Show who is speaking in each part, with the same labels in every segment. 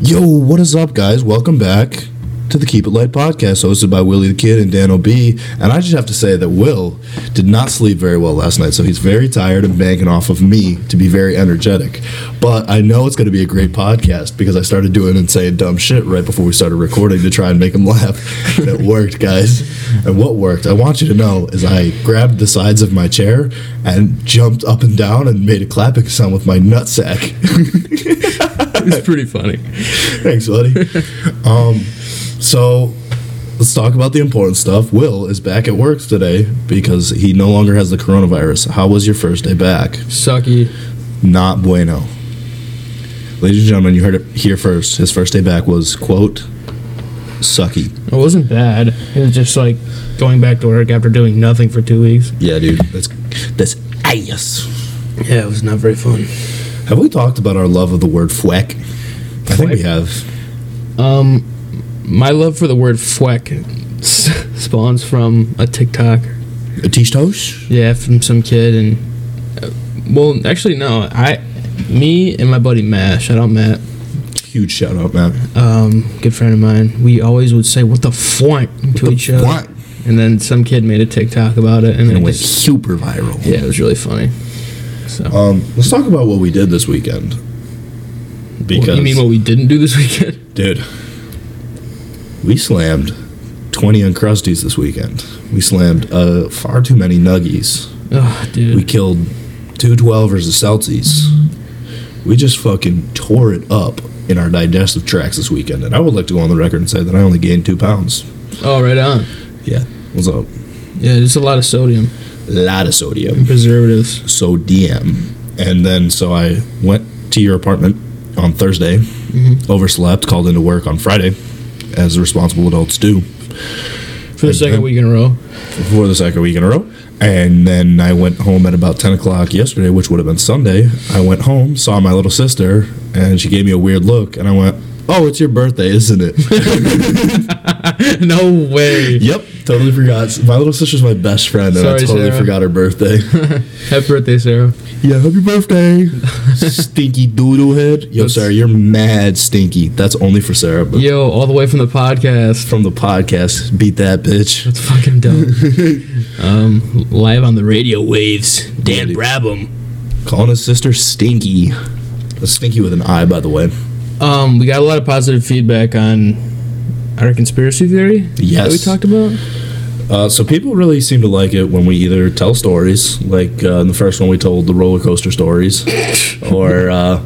Speaker 1: Yo, what is up, guys? Welcome back to the Keep It Light podcast, hosted by Willie the Kid and Dan OB. And I just have to say that Will did not sleep very well last night, so he's very tired and banking off of me to be very energetic. But I know it's going to be a great podcast because I started doing and saying dumb shit right before we started recording to try and make him laugh. And it worked, guys. And what worked, I want you to know, is I grabbed the sides of my chair and jumped up and down and made a clapping sound with my nutsack.
Speaker 2: It's pretty funny.
Speaker 1: Thanks, buddy. um, so let's talk about the important stuff. Will is back at work today because he no longer has the coronavirus. How was your first day back?
Speaker 2: Sucky.
Speaker 1: Not bueno. Ladies and gentlemen, you heard it here first. His first day back was quote sucky.
Speaker 2: It wasn't bad. It was just like going back to work after doing nothing for two weeks.
Speaker 1: Yeah, dude. That's that's ass.
Speaker 2: Yeah, it was not very fun.
Speaker 1: Have we talked about our love of the word fweck? I think we
Speaker 2: Fweck?
Speaker 1: have.
Speaker 2: Um, my love for the word fweck s- spawns from a TikTok.
Speaker 1: A tish tosh?
Speaker 2: Yeah, from some kid and uh, well, actually no. I, me and my buddy Matt, shout out Matt,
Speaker 1: Huge shout out, man.
Speaker 2: um, good friend of mine. We always would say what the fweck to each other.
Speaker 1: fweck?
Speaker 2: And then some kid made a TikTok about it, and,
Speaker 1: And it
Speaker 2: it
Speaker 1: went
Speaker 2: was
Speaker 1: super viral.
Speaker 2: yeah, it was really funny. So.
Speaker 1: Um, let's talk about what we did this weekend. Because
Speaker 2: you mean what we didn't do this weekend?
Speaker 1: dude, we slammed twenty uncrusties this weekend. We slammed uh, far too many nuggies.
Speaker 2: Oh, dude.
Speaker 1: We killed two twelvers of Celsies. We just fucking tore it up in our digestive tracts this weekend, and I would like to go on the record and say that I only gained two pounds.
Speaker 2: oh, right on.
Speaker 1: Yeah, what's up?
Speaker 2: Yeah, there's a lot of sodium
Speaker 1: Lot of sodium.
Speaker 2: and preservatives.
Speaker 1: so DM. And then so I went to your apartment on Thursday,
Speaker 2: Mm-hmm.
Speaker 1: overslept, called into work on Friday, as responsible adults do
Speaker 2: For the second week in a row.
Speaker 1: for the second week in a row. And then I went home at about 10 o'clock yesterday, which would have been Sunday. I went home, saw my little sister, and she gave me a weird look. And I went, Oh, it's your birthday, isn't it?
Speaker 2: no way.
Speaker 1: yep, totally forgot. My little sister's my best friend, and I
Speaker 2: Sorry,
Speaker 1: totally
Speaker 2: Sarah.
Speaker 1: forgot her birthday.
Speaker 2: Happy birthday, Sarah.
Speaker 1: Yeah, happy birthday, stinky doodle head. Yo,
Speaker 2: That's-
Speaker 1: Sarah, you're mad stinky. That's only for Sarah, but
Speaker 2: Yo, all the way from the podcast.
Speaker 1: from the podcast, beat that bitch.
Speaker 2: That's fucking dope. um, live on the radio waves. Dan
Speaker 1: Really?
Speaker 2: Brabham.
Speaker 1: Calling his sister stinky. That's stinky with an I, by the way.
Speaker 2: Um, we got a lot of positive feedback on our conspiracy theory that
Speaker 1: Yes.
Speaker 2: we talked about.
Speaker 1: Uh, so people really seem to like it when we either tell stories, like uh, in the first one we told the roller coaster stories, or uh,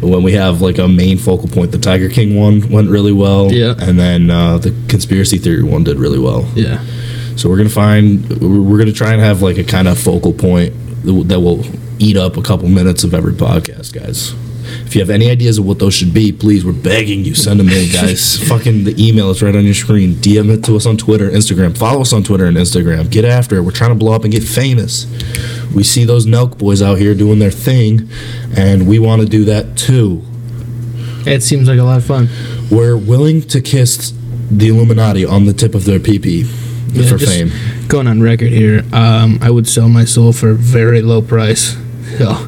Speaker 1: when we have like a main focal point. The Tiger King one went really well,
Speaker 2: Yeah.
Speaker 1: and then uh, the conspiracy theory one did really well.
Speaker 2: Yeah.
Speaker 1: So we're gonna find we're we're gonna try and have like a kind of focal point that that will eat up a couple minutes of every podcast, guys. If you have any ideas of what those should be, please, we're begging you, send them in, guys. Fucking the email is right on your screen. DM it to us on Twitter, Instagram. Follow us on Twitter and Instagram. Get after it. We're trying to blow up and get famous. We see those Nelk boys out here doing their thing, and we want to do that too.
Speaker 2: It seems like a lot of fun.
Speaker 1: We're willing to kiss the Illuminati on the tip of their pee pee
Speaker 2: Yeah,
Speaker 1: for
Speaker 2: just
Speaker 1: fame.
Speaker 2: Going on record here, um, I would sell my soul for a very low price. So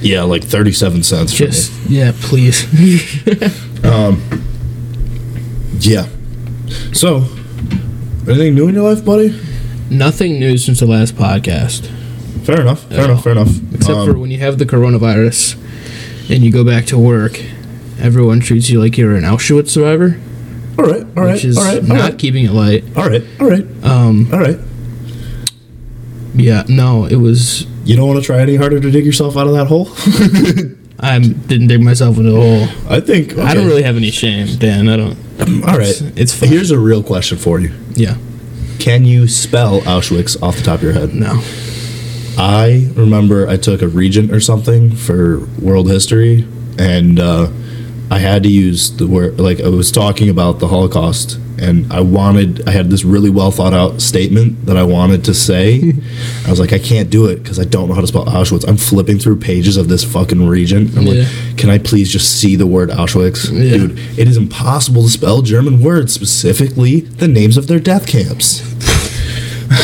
Speaker 1: Yeah, like 37 cents. for me.
Speaker 2: just yeah, please.
Speaker 1: Yeah. So, anything new in your life, buddy?
Speaker 2: Nothing new since the last podcast,
Speaker 1: Fair enough. Fair
Speaker 2: Yeah.
Speaker 1: enough. Fair enough. Um,
Speaker 2: except for when you have the coronavirus and you go back to work. Everyone treats you like you're an Auschwitz survivor,
Speaker 1: for all right, all right,
Speaker 2: which is
Speaker 1: all right, all
Speaker 2: not
Speaker 1: right,
Speaker 2: keeping it light.
Speaker 1: all right, all right,
Speaker 2: Um,
Speaker 1: all right.
Speaker 2: yeah, no, it was.
Speaker 1: You don't want to try any harder to dig yourself out of that hole.
Speaker 2: I didn't dig myself into a hole.
Speaker 1: I think
Speaker 2: I don't
Speaker 1: okay.
Speaker 2: really have any shame, Dan. I don't.
Speaker 1: All right,
Speaker 2: It's fine.
Speaker 1: here's a real question for you.
Speaker 2: Yeah.
Speaker 1: Can you spell Auschwitz off the top of your head?
Speaker 2: No.
Speaker 1: I remember I took a regent or something for world history, and uh, I had to use the word like I was talking about the Holocaust, and I wanted I had this really well thought out statement that I wanted to say. I was like, I can't do it because I don't know how to spell Auschwitz. I'm flipping through pages of this fucking regent. I'm
Speaker 2: Yeah.
Speaker 1: like, can I please just see the word Auschwitz,
Speaker 2: Yeah.
Speaker 1: dude? It is impossible to spell German words, specifically the names of their death camps.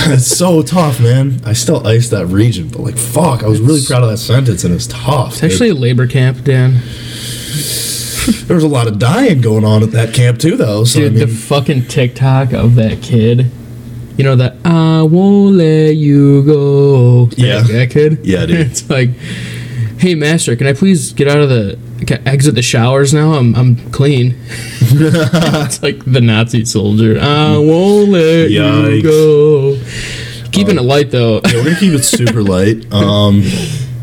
Speaker 1: It's so tough, man. I still ice that region, but like, fuck, I was really proud of that sentence, and it was tough.
Speaker 2: It's actually a labor camp, Dan.
Speaker 1: there was a lot of dying going on at that camp too, though. So
Speaker 2: Dude,
Speaker 1: I mean,
Speaker 2: the fucking TikTok of that kid. You know that I won't let you go. That-
Speaker 1: Yeah.
Speaker 2: that kid.
Speaker 1: Yeah, dude.
Speaker 2: it's like, hey master, can I please get out of the can I exit the showers now? I'm I'm clean. it's like the Nazi soldier. I won't let
Speaker 1: Yikes. Uh,
Speaker 2: you go. Keeping it light though.
Speaker 1: yeah, we're gonna keep it super light. Um,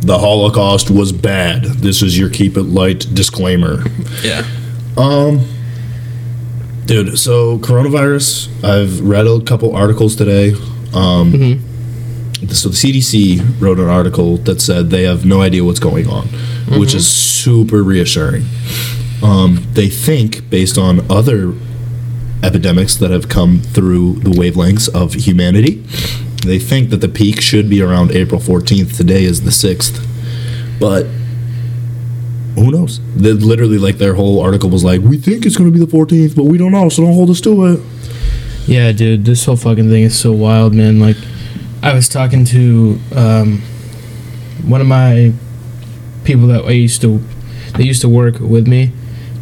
Speaker 1: the Holocaust was bad. This is your keep it light disclaimer.
Speaker 2: yeah.
Speaker 1: Dude, so coronavirus, I've read a couple articles today. Um, So the CDC wrote an article that said they have no idea what's going on, which is super reassuring. Um, they think, based on other epidemics that have come through the wavelengths of humanity, they think that the peak should be around April 14th. Today is the 6th. But who knows? They literally, like their whole article was like, "We think it's going to be the 14th, but we don't know, so don't hold us to it."
Speaker 2: Yeah, dude, this whole fucking thing is so wild, man. Like, I was talking to um, one of my people that I used to, they used to work with me,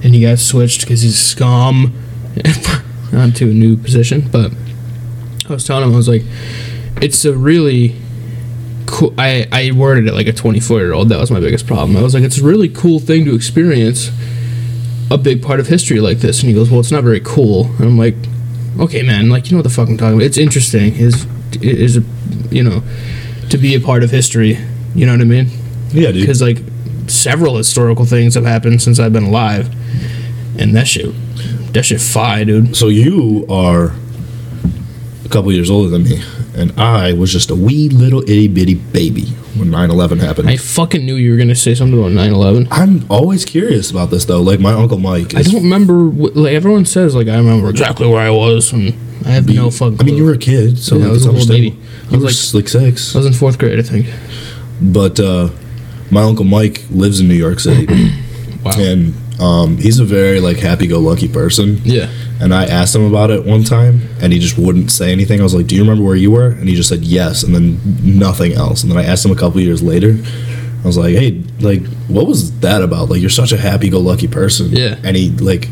Speaker 2: and he got switched because he's scum onto a new position. But I was telling him, I was like, it's a really cool. I I worded it like a 24 year old. That was my biggest problem. I was like, it's a really cool thing to experience. A big part of history like this, and he goes, "Well, it's not very cool." And I'm like, okay, man, like you know what the fuck I'm talking about. It's interesting. Is is you know to be a part of history. You know what I mean?
Speaker 1: Yeah, dude.
Speaker 2: Because like several historical things have happened since I've been alive, and that shit, that shit, fi, dude.
Speaker 1: So you are a couple years older than me, and I was just a wee little itty bitty baby when 9/11 happened.
Speaker 2: I fucking knew you were gonna say something about 9/11.
Speaker 1: I'm always curious about this though. Like my uncle Mike.
Speaker 2: I
Speaker 1: is-
Speaker 2: don't remember. What, like everyone says, like I remember exactly where I was, and I have no fucking.
Speaker 1: I mean, you
Speaker 2: clue.
Speaker 1: were a kid, so
Speaker 2: Yeah,
Speaker 1: like,
Speaker 2: I was
Speaker 1: it's
Speaker 2: a little baby.
Speaker 1: understandable.
Speaker 2: I
Speaker 1: You
Speaker 2: was
Speaker 1: were
Speaker 2: like-
Speaker 1: s- like six.
Speaker 2: I was in fourth grade, I think.
Speaker 1: but uh, my uncle Mike lives in New York City,
Speaker 2: Wow.
Speaker 1: and um, he's a very like happy-go-lucky person.
Speaker 2: Yeah.
Speaker 1: And I asked him about it one time, and he just wouldn't say anything. I was like, "Do you remember where you were?" And he just said yes, and then nothing else. And then I asked him a couple years later. I was like, "Hey, like, what was that about? Like, you're such a happy-go-lucky person."
Speaker 2: Yeah.
Speaker 1: And he like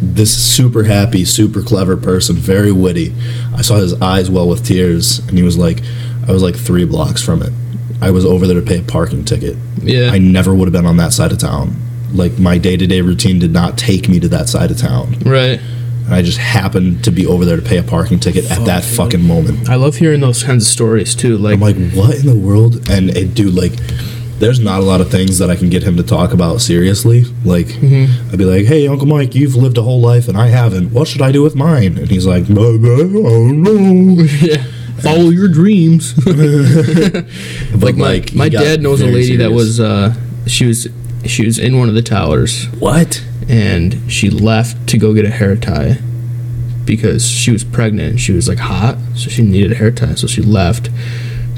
Speaker 1: this super happy, super clever person, very witty. I saw his eyes well with tears, and he was like, "I was like three blocks from it. I was over there to pay a parking ticket.
Speaker 2: Yeah.
Speaker 1: I never would have been on that side of town." Like my day to day routine did not take me to that side of town
Speaker 2: Right.
Speaker 1: and I just happened to be over there to pay a parking ticket at that fucking moment.
Speaker 2: I love hearing those kinds of stories too. Like,
Speaker 1: I'm like, what in the world? And it, dude, like, there's not a lot of things that I can get him to talk about seriously. Like, I'd be like, hey, Uncle Mike, you've lived a whole life and I haven't. What should I do with mine? And he's like, I don't know.
Speaker 2: yeah, follow your dreams.
Speaker 1: But,
Speaker 2: like my,
Speaker 1: he
Speaker 2: my
Speaker 1: got
Speaker 2: dad knows a
Speaker 1: very
Speaker 2: lady that
Speaker 1: serious.
Speaker 2: was uh she was she was in one of the towers
Speaker 1: what?
Speaker 2: and she left to go get a hair tie because she was pregnant and she was like hot so she needed a hair tie so she left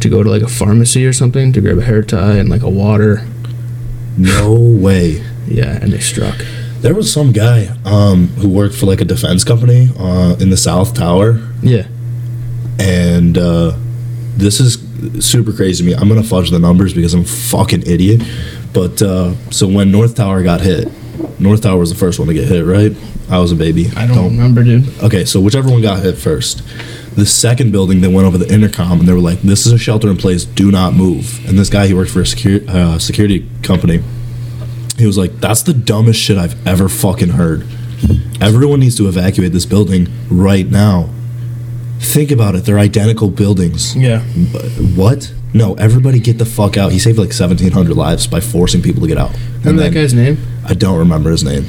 Speaker 2: to go to like a pharmacy or something to grab a hair tie and like a water
Speaker 1: No way.
Speaker 2: yeah and they struck
Speaker 1: There was some guy um, who worked for like a defense company uh, in the South Tower.
Speaker 2: yeah
Speaker 1: and uh, this is super crazy to me. I'm gonna fudge the numbers because I'm a fucking idiot. But uh, so when North Tower got hit, North Tower was the first one to get hit, right? I was a baby.
Speaker 2: i don't, remember dude
Speaker 1: Okay, so whichever one got hit first. The second building, they went over the intercom and they were like, "This is a shelter in place. Do not move." And this guy, he worked for a security uh, security company. He was like, "That's the dumbest shit I've ever fucking heard. Everyone needs to evacuate this building right now." Think about it. They're identical buildings.
Speaker 2: yeah
Speaker 1: What? No, everybody get the fuck out. He saved like 1,700 lives by forcing people to get out. And
Speaker 2: remember that
Speaker 1: then,
Speaker 2: guy's name
Speaker 1: I don't remember his name.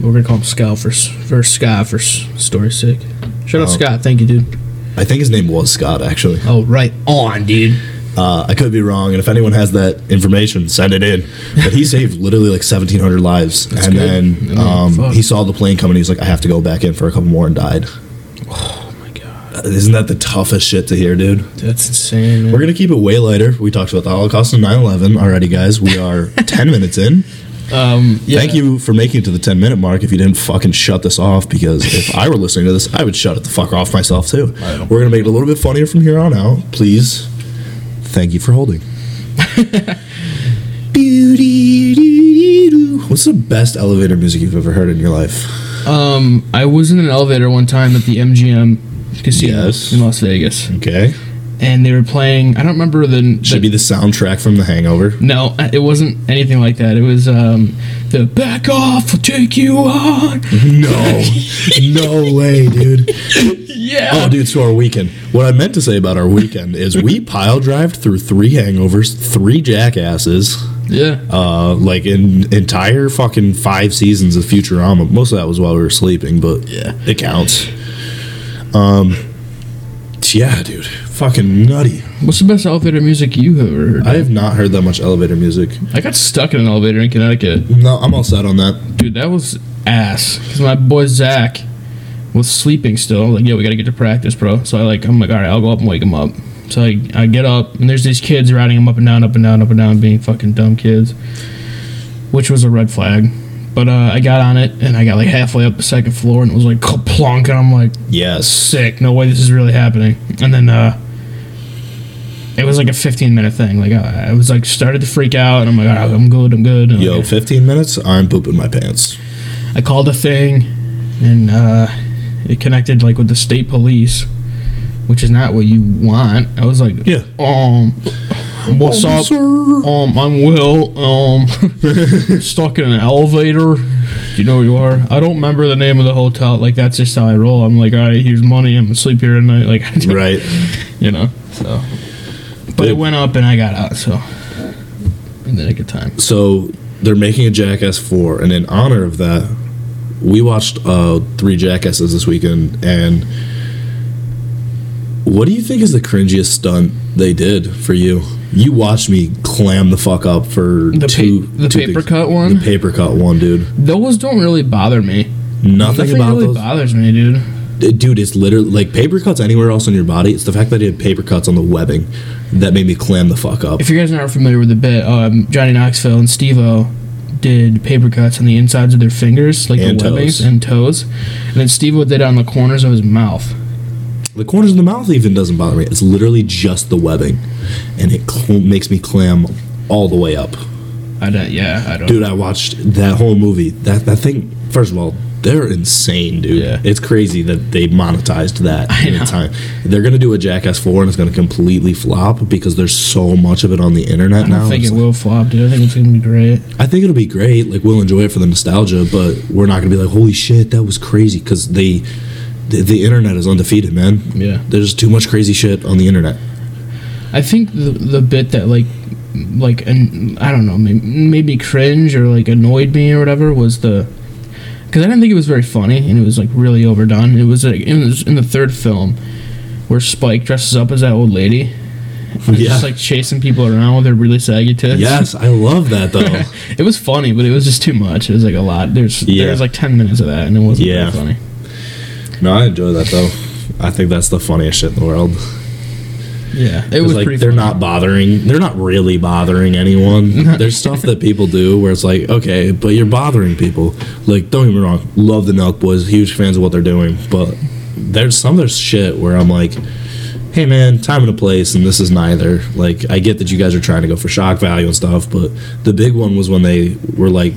Speaker 2: we're gonna call him Scott for s- for Scott for s- story's sake shout out Scott thank you dude
Speaker 1: I think his name was Scott, actually.
Speaker 2: oh right on dude
Speaker 1: Uh, I could be wrong, and if anyone has that information, send it in. But he saved literally like 1,700 lives, and
Speaker 2: good. I
Speaker 1: then
Speaker 2: mean,
Speaker 1: um,
Speaker 2: fuck.
Speaker 1: he saw the plane coming. He's like, "I have to go back in for a couple more," and died.
Speaker 2: oh my god
Speaker 1: Uh, Isn't that the toughest shit to hear, dude?
Speaker 2: that's insane man.
Speaker 1: We're gonna keep it way lighter. We talked about the Holocaust and 9/11 already, guys. We are 10 minutes in.
Speaker 2: Um, yeah.
Speaker 1: Thank you for making it to the 10 minute mark. If you didn't fucking shut this off, because if I were listening to this, I would shut it the fuck off myself too. We're gonna make it a little bit funnier from here on out. Please, thank you for holding. Doo-dee-doo-dee-doo. What's the best elevator music you've ever heard in your life?
Speaker 2: Um, I was in an elevator one time at the MGM casino
Speaker 1: Yes.
Speaker 2: in Las Vegas,
Speaker 1: Okay.
Speaker 2: and they were playing. I don't remember the.
Speaker 1: Should be the soundtrack from The Hangover.
Speaker 2: No, it wasn't anything like that. It was um, the back off, I'll take you on.
Speaker 1: Mm-hmm. No. no way, dude.
Speaker 2: Yeah.
Speaker 1: Oh, dude, so our weekend. What I meant to say about our weekend is we pile drived through three hangovers, three jackasses,
Speaker 2: Yeah.
Speaker 1: uh, like in entire fucking five seasons of Futurama. Most of that was while we were sleeping, but
Speaker 2: Yeah.
Speaker 1: it counts. Um, yeah, dude, fucking nutty.
Speaker 2: What's the best elevator music you've ever heard?
Speaker 1: I have not heard that much elevator music.
Speaker 2: I got stuck in an elevator in Connecticut.
Speaker 1: No, I'm all set on that.
Speaker 2: Dude, that was ass. Because my boy Zach was sleeping still. Like, yo, we got to get to practice, bro. So I, like, I'm like, all right, I'll go up and wake him up. So I, I get up, and there's these kids riding him up and down, up and down, up and down, being fucking dumb kids, which was a red flag. But uh, I got on it, and I got like halfway up the second floor, and it was like plonk, and I'm like,
Speaker 1: Yes.
Speaker 2: sick. No way this is really happening. And then uh it was like a 15 minute thing. Like I, I was like started to freak out, and I'm like, "Ah, I'm good, I'm good. And,
Speaker 1: Yo,
Speaker 2: like,
Speaker 1: 15 minutes, I'm pooping my pants.
Speaker 2: I called a thing, and uh, it connected like with the state police, which is not what you want. I was like,
Speaker 1: Yeah.
Speaker 2: um, what's
Speaker 1: Um,
Speaker 2: up?
Speaker 1: sir.
Speaker 2: Um, I'm Will. Um, stuck in an elevator. Do you know who you are? I don't remember the name of the hotel. Like that's just how I roll. I'm like, all right, here's money. I'm gonna sleep here tonight. Like, I don't-
Speaker 1: Right.
Speaker 2: you know. So, but it
Speaker 1: Dude.
Speaker 2: went up and I got out. So, in the nick of time.
Speaker 1: So they're making a Jackass 4, and in honor of that, we watched uh, three Jackasses this weekend. And what do you think is the cringiest stunt they did for you? You watched me clam the fuck up for
Speaker 2: The,
Speaker 1: two.
Speaker 2: pa- the
Speaker 1: two
Speaker 2: paper
Speaker 1: things.
Speaker 2: cut one.
Speaker 1: The paper cut one, dude.
Speaker 2: Those don't really bother me.
Speaker 1: Nothing,
Speaker 2: Nothing
Speaker 1: about
Speaker 2: really
Speaker 1: those.
Speaker 2: bothers me, dude.
Speaker 1: dude, it's literally like paper cuts anywhere else on your body. It's the fact that he had paper cuts on the webbing that made me clam the fuck up.
Speaker 2: If you guys aren't familiar with the bit, um, Johnny Knoxville and Steve-O did paper cuts on the insides of their fingers, like
Speaker 1: And
Speaker 2: the webbings
Speaker 1: toes.
Speaker 2: and toes, and then Steve-O did it on the corners of his mouth.
Speaker 1: The corners of the mouth even doesn't bother me. It's literally just the webbing, and it cl- makes me clam all the way up.
Speaker 2: I don't. Yeah, I don't.
Speaker 1: Dude, I watched that whole movie. That that thing. First of all, they're insane, dude.
Speaker 2: Yeah.
Speaker 1: It's crazy that they monetized that
Speaker 2: I
Speaker 1: in a
Speaker 2: know.
Speaker 1: time. They're gonna do a Jackass four, and it's gonna completely flop because there's so much of it on the internet
Speaker 2: I don't
Speaker 1: now.
Speaker 2: think
Speaker 1: It's
Speaker 2: it
Speaker 1: like-
Speaker 2: will flop, dude. I think it's gonna be great.
Speaker 1: I think it'll be great. Like we'll enjoy it for the nostalgia, but we're not gonna be like, holy shit, that was crazy because they. The, the internet is undefeated, man.
Speaker 2: Yeah.
Speaker 1: There's too much crazy shit on the internet.
Speaker 2: I think the the bit that like like an, I don't know maybe, maybe cringe or like annoyed me or whatever was the because I didn't think it was very funny and it was like really overdone. It was like it was in the third film where Spike dresses up as that old lady. and
Speaker 1: Yeah.
Speaker 2: Just like chasing people around with her really saggy tits.
Speaker 1: Yes, I love that though.
Speaker 2: It was funny, but it was just too much. It was like a lot. There's
Speaker 1: Yeah.
Speaker 2: there was like ten minutes of that, and it wasn't
Speaker 1: Yeah.
Speaker 2: very funny.
Speaker 1: no, I enjoy that though. I think that's the funniest shit in the world.
Speaker 2: Yeah, it
Speaker 1: It's
Speaker 2: was
Speaker 1: like
Speaker 2: pretty.
Speaker 1: they're
Speaker 2: funny.
Speaker 1: not bothering. They're not really bothering anyone. There's stuff that people do where it's like, okay, but you're bothering people. Like, don't get me wrong, love the Nelk Boys, huge fans of what they're doing, but there's some other shit where I'm like, hey man, time and a place, and this is neither. Like, I get that you guys are trying to go for shock value and stuff, but the big one was when they were like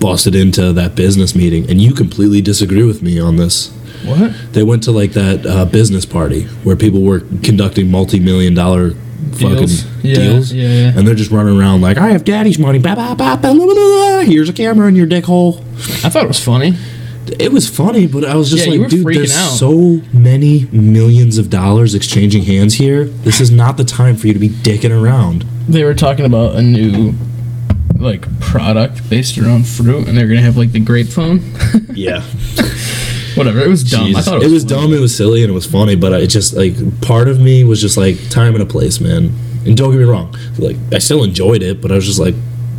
Speaker 1: busted into that business meeting, and you completely disagree with me on this.
Speaker 2: what?
Speaker 1: They went to like that uh, business party where people were conducting multi-million dollar fucking
Speaker 2: Deals.
Speaker 1: deals,
Speaker 2: Yeah, yeah, yeah.
Speaker 1: and they're just running around like, "I have daddy's money." Bah, bah, bah, bah, blah, blah, blah, here's a camera in your dick hole.
Speaker 2: I thought it was funny.
Speaker 1: It was funny, but I was just
Speaker 2: Yeah, you
Speaker 1: like,
Speaker 2: were
Speaker 1: "Dude,
Speaker 2: freaking
Speaker 1: there's
Speaker 2: out.
Speaker 1: so many millions of dollars exchanging hands here. This is not the time for you to be dicking around."
Speaker 2: they were talking about a new like product based around fruit and they're gonna have like the grape phone
Speaker 1: Yeah,
Speaker 2: whatever it was dumb i
Speaker 1: Jesus.
Speaker 2: thought
Speaker 1: it was
Speaker 2: funny.
Speaker 1: dumb. It was silly, and it was funny. But it just like part of me was just like time and a place, man. And don't get me wrong, like I still enjoyed it, but I was just like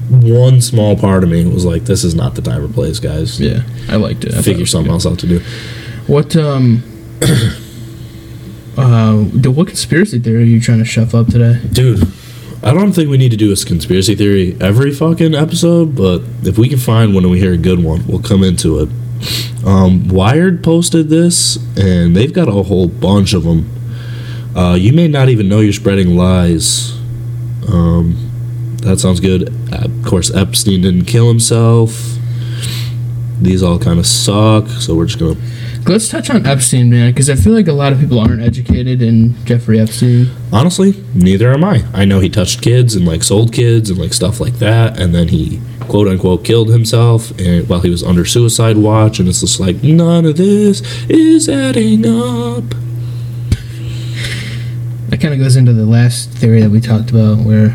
Speaker 1: one small part of me was like, this is not the time or place, guys.
Speaker 2: yeah i liked it I thought it
Speaker 1: Figure
Speaker 2: was
Speaker 1: something else out to do.
Speaker 2: good. what um uh the- what conspiracy theory are you trying to shove up today
Speaker 1: Dude, I don't think we need to do a conspiracy theory every fucking episode, but if we can find one and we hear a good one, we'll come into it. Um, Wired posted this, and they've got a whole bunch of them. Uh, you may not even know you're spreading lies. Um, That sounds good. Uh, Of course, Epstein didn't kill himself. These all kind of suck, so we're just gonna.
Speaker 2: Let's touch on Epstein, man, because I feel like a lot of people aren't educated in Jeffrey Epstein.
Speaker 1: Honestly, neither am I. I know he touched kids and like sold kids and like stuff like that, and then he quote unquote killed himself and while he was under suicide watch, and it's just like none of this is adding up.
Speaker 2: That kind of goes into the last theory that we talked about, where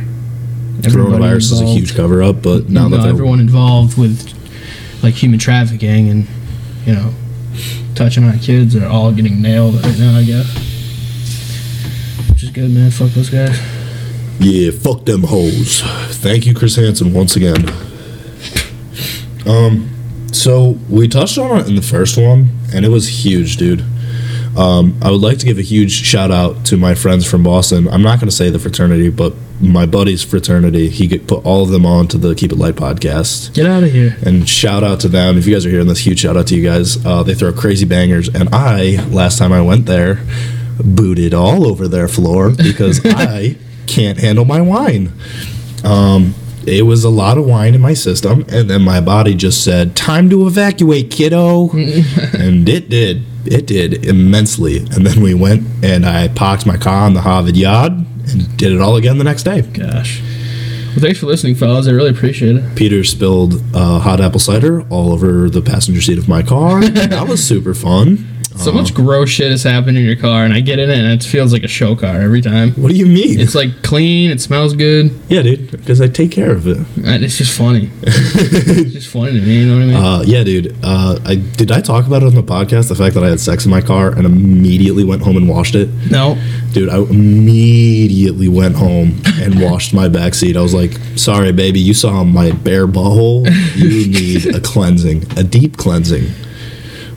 Speaker 2: everybody
Speaker 1: Coronavirus is a
Speaker 2: involved-
Speaker 1: huge cover up, but now
Speaker 2: you
Speaker 1: that
Speaker 2: know,
Speaker 1: they're
Speaker 2: everyone involved with like human trafficking and you know touching on kids are all getting nailed right now, I guess. Which is good, man. Fuck those guys.
Speaker 1: Yeah, fuck them hoes. Thank you, Chris Hansen, once again. Um, so we touched on it in the first one, and it was huge, dude. Um, I would like to give a huge shout out to my friends from Boston. I'm not going to say the fraternity, but my buddy's fraternity. He get, put all of them on to the Keep It Light podcast.
Speaker 2: Get out of here.
Speaker 1: And shout out to them. If you guys are hearing this, huge shout out to you guys. Uh, they throw crazy bangers. And I, last time I went there, booted all over their floor because I can't handle my wine. Um, it was a lot of wine in my system. And then my body just said, Time to evacuate, kiddo. and it did. It did immensely. And then we went and I parked my car on the Harvard yard and did it all again the next day.
Speaker 2: Gosh. Well, thanks for listening, fellas. I really appreciate it.
Speaker 1: Peter spilled uh, hot apple cider all over the passenger seat of my car. that was super fun.
Speaker 2: So much gross shit has happened in your car, and I get in it, and it feels like a show car every time.
Speaker 1: What do you mean?
Speaker 2: It's like clean, it smells good,
Speaker 1: yeah, dude, because I take care of it.
Speaker 2: and it's just funny. it's just funny to me, you know what I mean?
Speaker 1: Uh, yeah, dude. Uh, I did I talk about it on the podcast? The fact that I had sex in my car and immediately went home and washed it.
Speaker 2: no.
Speaker 1: Dude, I immediately went home and washed my back seat. I was like, "Sorry, baby, you saw my bare butthole. You need a cleansing, a deep cleansing."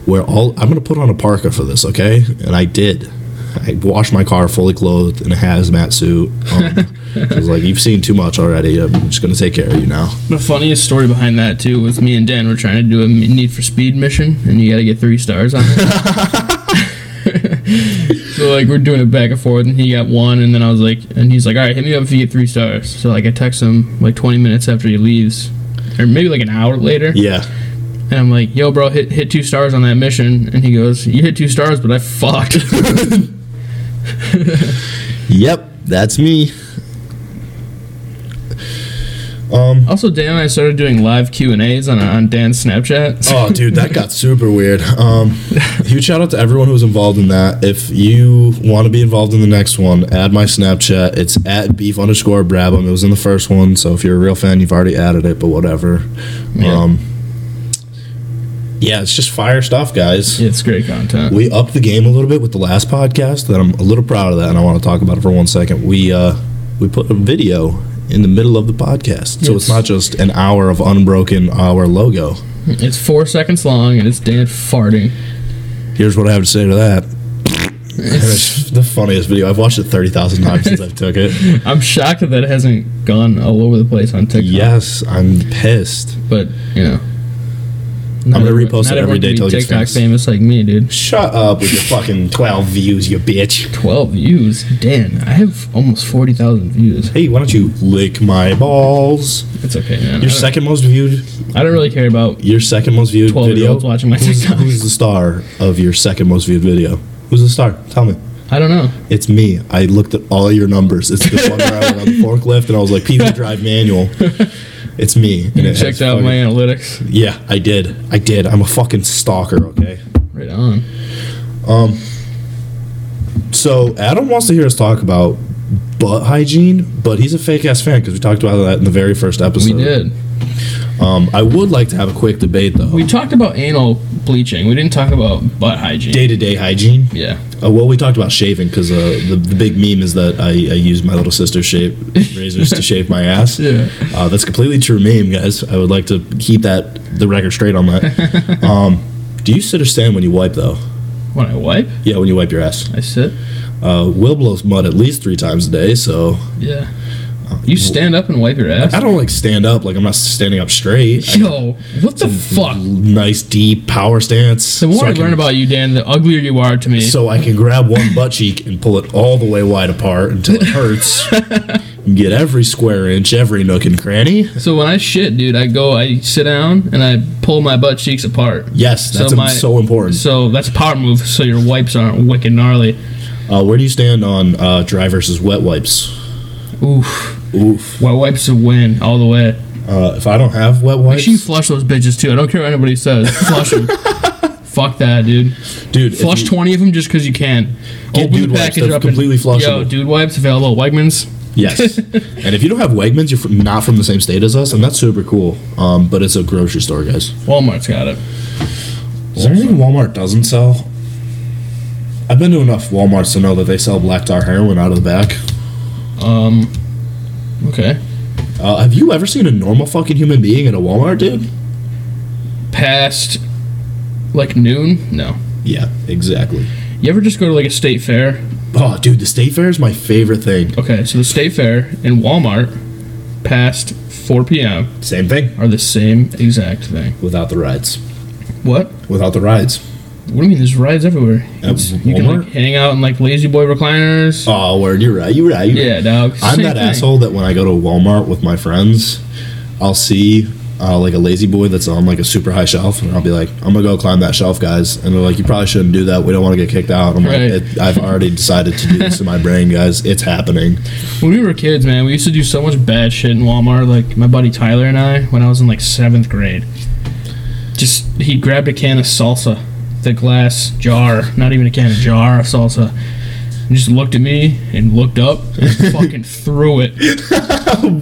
Speaker 1: Where all I'm gonna put on a parka for this, okay? And I did. I washed my car fully clothed in a hazmat suit. Um, I was like, "You've seen too much already. I'm just gonna take care of you now."
Speaker 2: The funniest story behind that too was me and Dan were trying to do a Need for Speed mission, and you got to get three stars on it. so like we're doing it back and forth, and he got one, and then I was like, and he's like, all right, hit me up if you get three stars. So like I text him like 20 minutes after he leaves, or maybe like an hour later,
Speaker 1: Yeah,
Speaker 2: and I'm like, yo, bro, hit hit two stars on that mission, and he goes, you hit two stars, but I fucked.
Speaker 1: yep, that's me. Um.
Speaker 2: also, Dan and I started doing live Q and A's on on Dan's Snapchat.
Speaker 1: oh dude that got super weird um huge shout out to everyone who was involved in that if you want to be involved in the next one add my snapchat it's at beef underscore brabham it was in the first one so if you're a real fan you've already added it but whatever
Speaker 2: Yeah.
Speaker 1: um yeah it's just fire stuff guys
Speaker 2: it's great content.
Speaker 1: we upped the game a little bit with the last podcast that i'm a little proud of that and i want to talk about it for one second we uh we put a video in the middle of the podcast so
Speaker 2: Yes.
Speaker 1: it's not just an hour of unbroken uh, our logo
Speaker 2: It's four seconds long, and it's Dan farting.
Speaker 1: Here's what I have to say to that. And it's the funniest video. I've watched it 30,000 times since I took it.
Speaker 2: I'm shocked that it hasn't gone all over the place on TikTok.
Speaker 1: Yes, I'm pissed.
Speaker 2: but you know,
Speaker 1: I'm gonna
Speaker 2: everyone-
Speaker 1: repost it
Speaker 2: not
Speaker 1: every
Speaker 2: everyone
Speaker 1: day
Speaker 2: can be
Speaker 1: till it gets
Speaker 2: TikTok
Speaker 1: famous.
Speaker 2: famous like me, dude.
Speaker 1: Shut up with your fucking 12 views, you bitch.
Speaker 2: Twelve views, Dan. I have almost forty thousand views.
Speaker 1: Hey, why don't you lick my balls?
Speaker 2: It's okay, man.
Speaker 1: Your
Speaker 2: I, don't,
Speaker 1: second most viewed,
Speaker 2: I don't really care about.
Speaker 1: your second most viewed
Speaker 2: 12 year
Speaker 1: video.
Speaker 2: olds watching my
Speaker 1: who's,
Speaker 2: TikToks.
Speaker 1: who's the star of your second most viewed video? Who's the star? Tell me.
Speaker 2: I don't know.
Speaker 1: It's me. I looked at all your numbers. It's the one where I went on the forklift and I was like, PV Drive Manual. It's me. And
Speaker 2: You
Speaker 1: it
Speaker 2: checked
Speaker 1: has
Speaker 2: out
Speaker 1: fucking-
Speaker 2: my analytics.
Speaker 1: Yeah, I did. I did. I'm a fucking stalker, okay?
Speaker 2: Right on.
Speaker 1: So Adam wants to hear us talk about butt hygiene, but he's a fake ass fan because we talked about that in the very first
Speaker 2: We
Speaker 1: episode.
Speaker 2: did.
Speaker 1: Um, I would like to have a quick debate though.
Speaker 2: We talked about anal bleaching. We didn't talk about butt hygiene.
Speaker 1: Day to day hygiene.
Speaker 2: yeah.
Speaker 1: Uh, well, we talked about shaving because uh, the the big meme is that I, I use my little sister's shape razors to shave my ass.
Speaker 2: Yeah.
Speaker 1: Uh, that's a completely true meme, guys. I would like to keep that the record straight on that. um, do you sit or stand when you wipe though?
Speaker 2: When I wipe,
Speaker 1: Yeah, when you wipe your ass.
Speaker 2: I sit.
Speaker 1: Uh, Will blows mud at least three times a day, so
Speaker 2: Yeah. You stand up and wipe your ass.
Speaker 1: I don't like stand up. Like I'm not standing up straight. I-
Speaker 2: Yo, what the fuck?
Speaker 1: Nice deep power stance.
Speaker 2: The more I,
Speaker 1: can-
Speaker 2: learn about you, Dan, the uglier you are to me.
Speaker 1: So I can grab one butt cheek and pull it all the way wide apart until it hurts. and get every square inch, every nook and cranny.
Speaker 2: So when I shit, dude, I go, I sit down and I pull my butt cheeks apart.
Speaker 1: Yes, that's
Speaker 2: So
Speaker 1: so,
Speaker 2: my-
Speaker 1: important.
Speaker 2: So that's a power move. So your wipes aren't wicked gnarly.
Speaker 1: Uh, where do you stand on uh, dry versus wet wipes?
Speaker 2: Oof.
Speaker 1: Oof.
Speaker 2: Wet wipes a win all the way.
Speaker 1: Uh, if I don't have wet
Speaker 2: Make sure you
Speaker 1: wipes,
Speaker 2: flush those bitches too. I don't care what anybody says. Flush them. Fuck that, dude.
Speaker 1: dude, if
Speaker 2: Flush
Speaker 1: you-
Speaker 2: twenty of them just because you can.
Speaker 1: Get dude wipes. They're completely
Speaker 2: Yo,
Speaker 1: flushable.
Speaker 2: dude wipes available. at Wegmans.
Speaker 1: yes. and if you don't have Wegmans, you're from, not from the same state as us, and that's super cool. Um, but it's a grocery store, guys.
Speaker 2: Walmart's got it.
Speaker 1: Is there anything Walmart doesn't sell? I've been to enough WalMarts to know that they sell black tar heroin out of the back.
Speaker 2: Um. Okay.
Speaker 1: Uh, have you ever seen a normal fucking human being at a Walmart, dude?
Speaker 2: Past like noon. No.
Speaker 1: Yeah, exactly.
Speaker 2: You ever just go to like a state fair
Speaker 1: Oh, dude, the state fair is my favorite thing.
Speaker 2: Okay, so the state fair and Walmart past 4 p.m.
Speaker 1: Same thing
Speaker 2: are the same exact thing.
Speaker 1: without the rides.
Speaker 2: What?
Speaker 1: Without the rides.
Speaker 2: What do you mean? There's rides everywhere.
Speaker 1: At
Speaker 2: It's- you can like,
Speaker 1: Walmart?
Speaker 2: hang out in like lazy boy recliners.
Speaker 1: Oh, word, you're right. You're right. You're right.
Speaker 2: yeah, dog.
Speaker 1: I'm
Speaker 2: same
Speaker 1: that
Speaker 2: thing.
Speaker 1: asshole that when I go to Walmart with my friends, I'll see uh, like a lazy boy that's on like a super high shelf, and I'll be like, "I'm gonna go climb that shelf, guys." And they're like, "You probably shouldn't do that. We don't want to get kicked out." I'm
Speaker 2: Right.
Speaker 1: like, it, "I've already decided to do this in my brain, guys. It's happening."
Speaker 2: When we were kids, man, we used to do so much bad shit in Walmart. Like my buddy Tyler and I, when I was in like seventh grade, just he grabbed a can of salsa, the glass jar, not even a can, a jar of salsa, and just looked at me and looked up and fucking threw it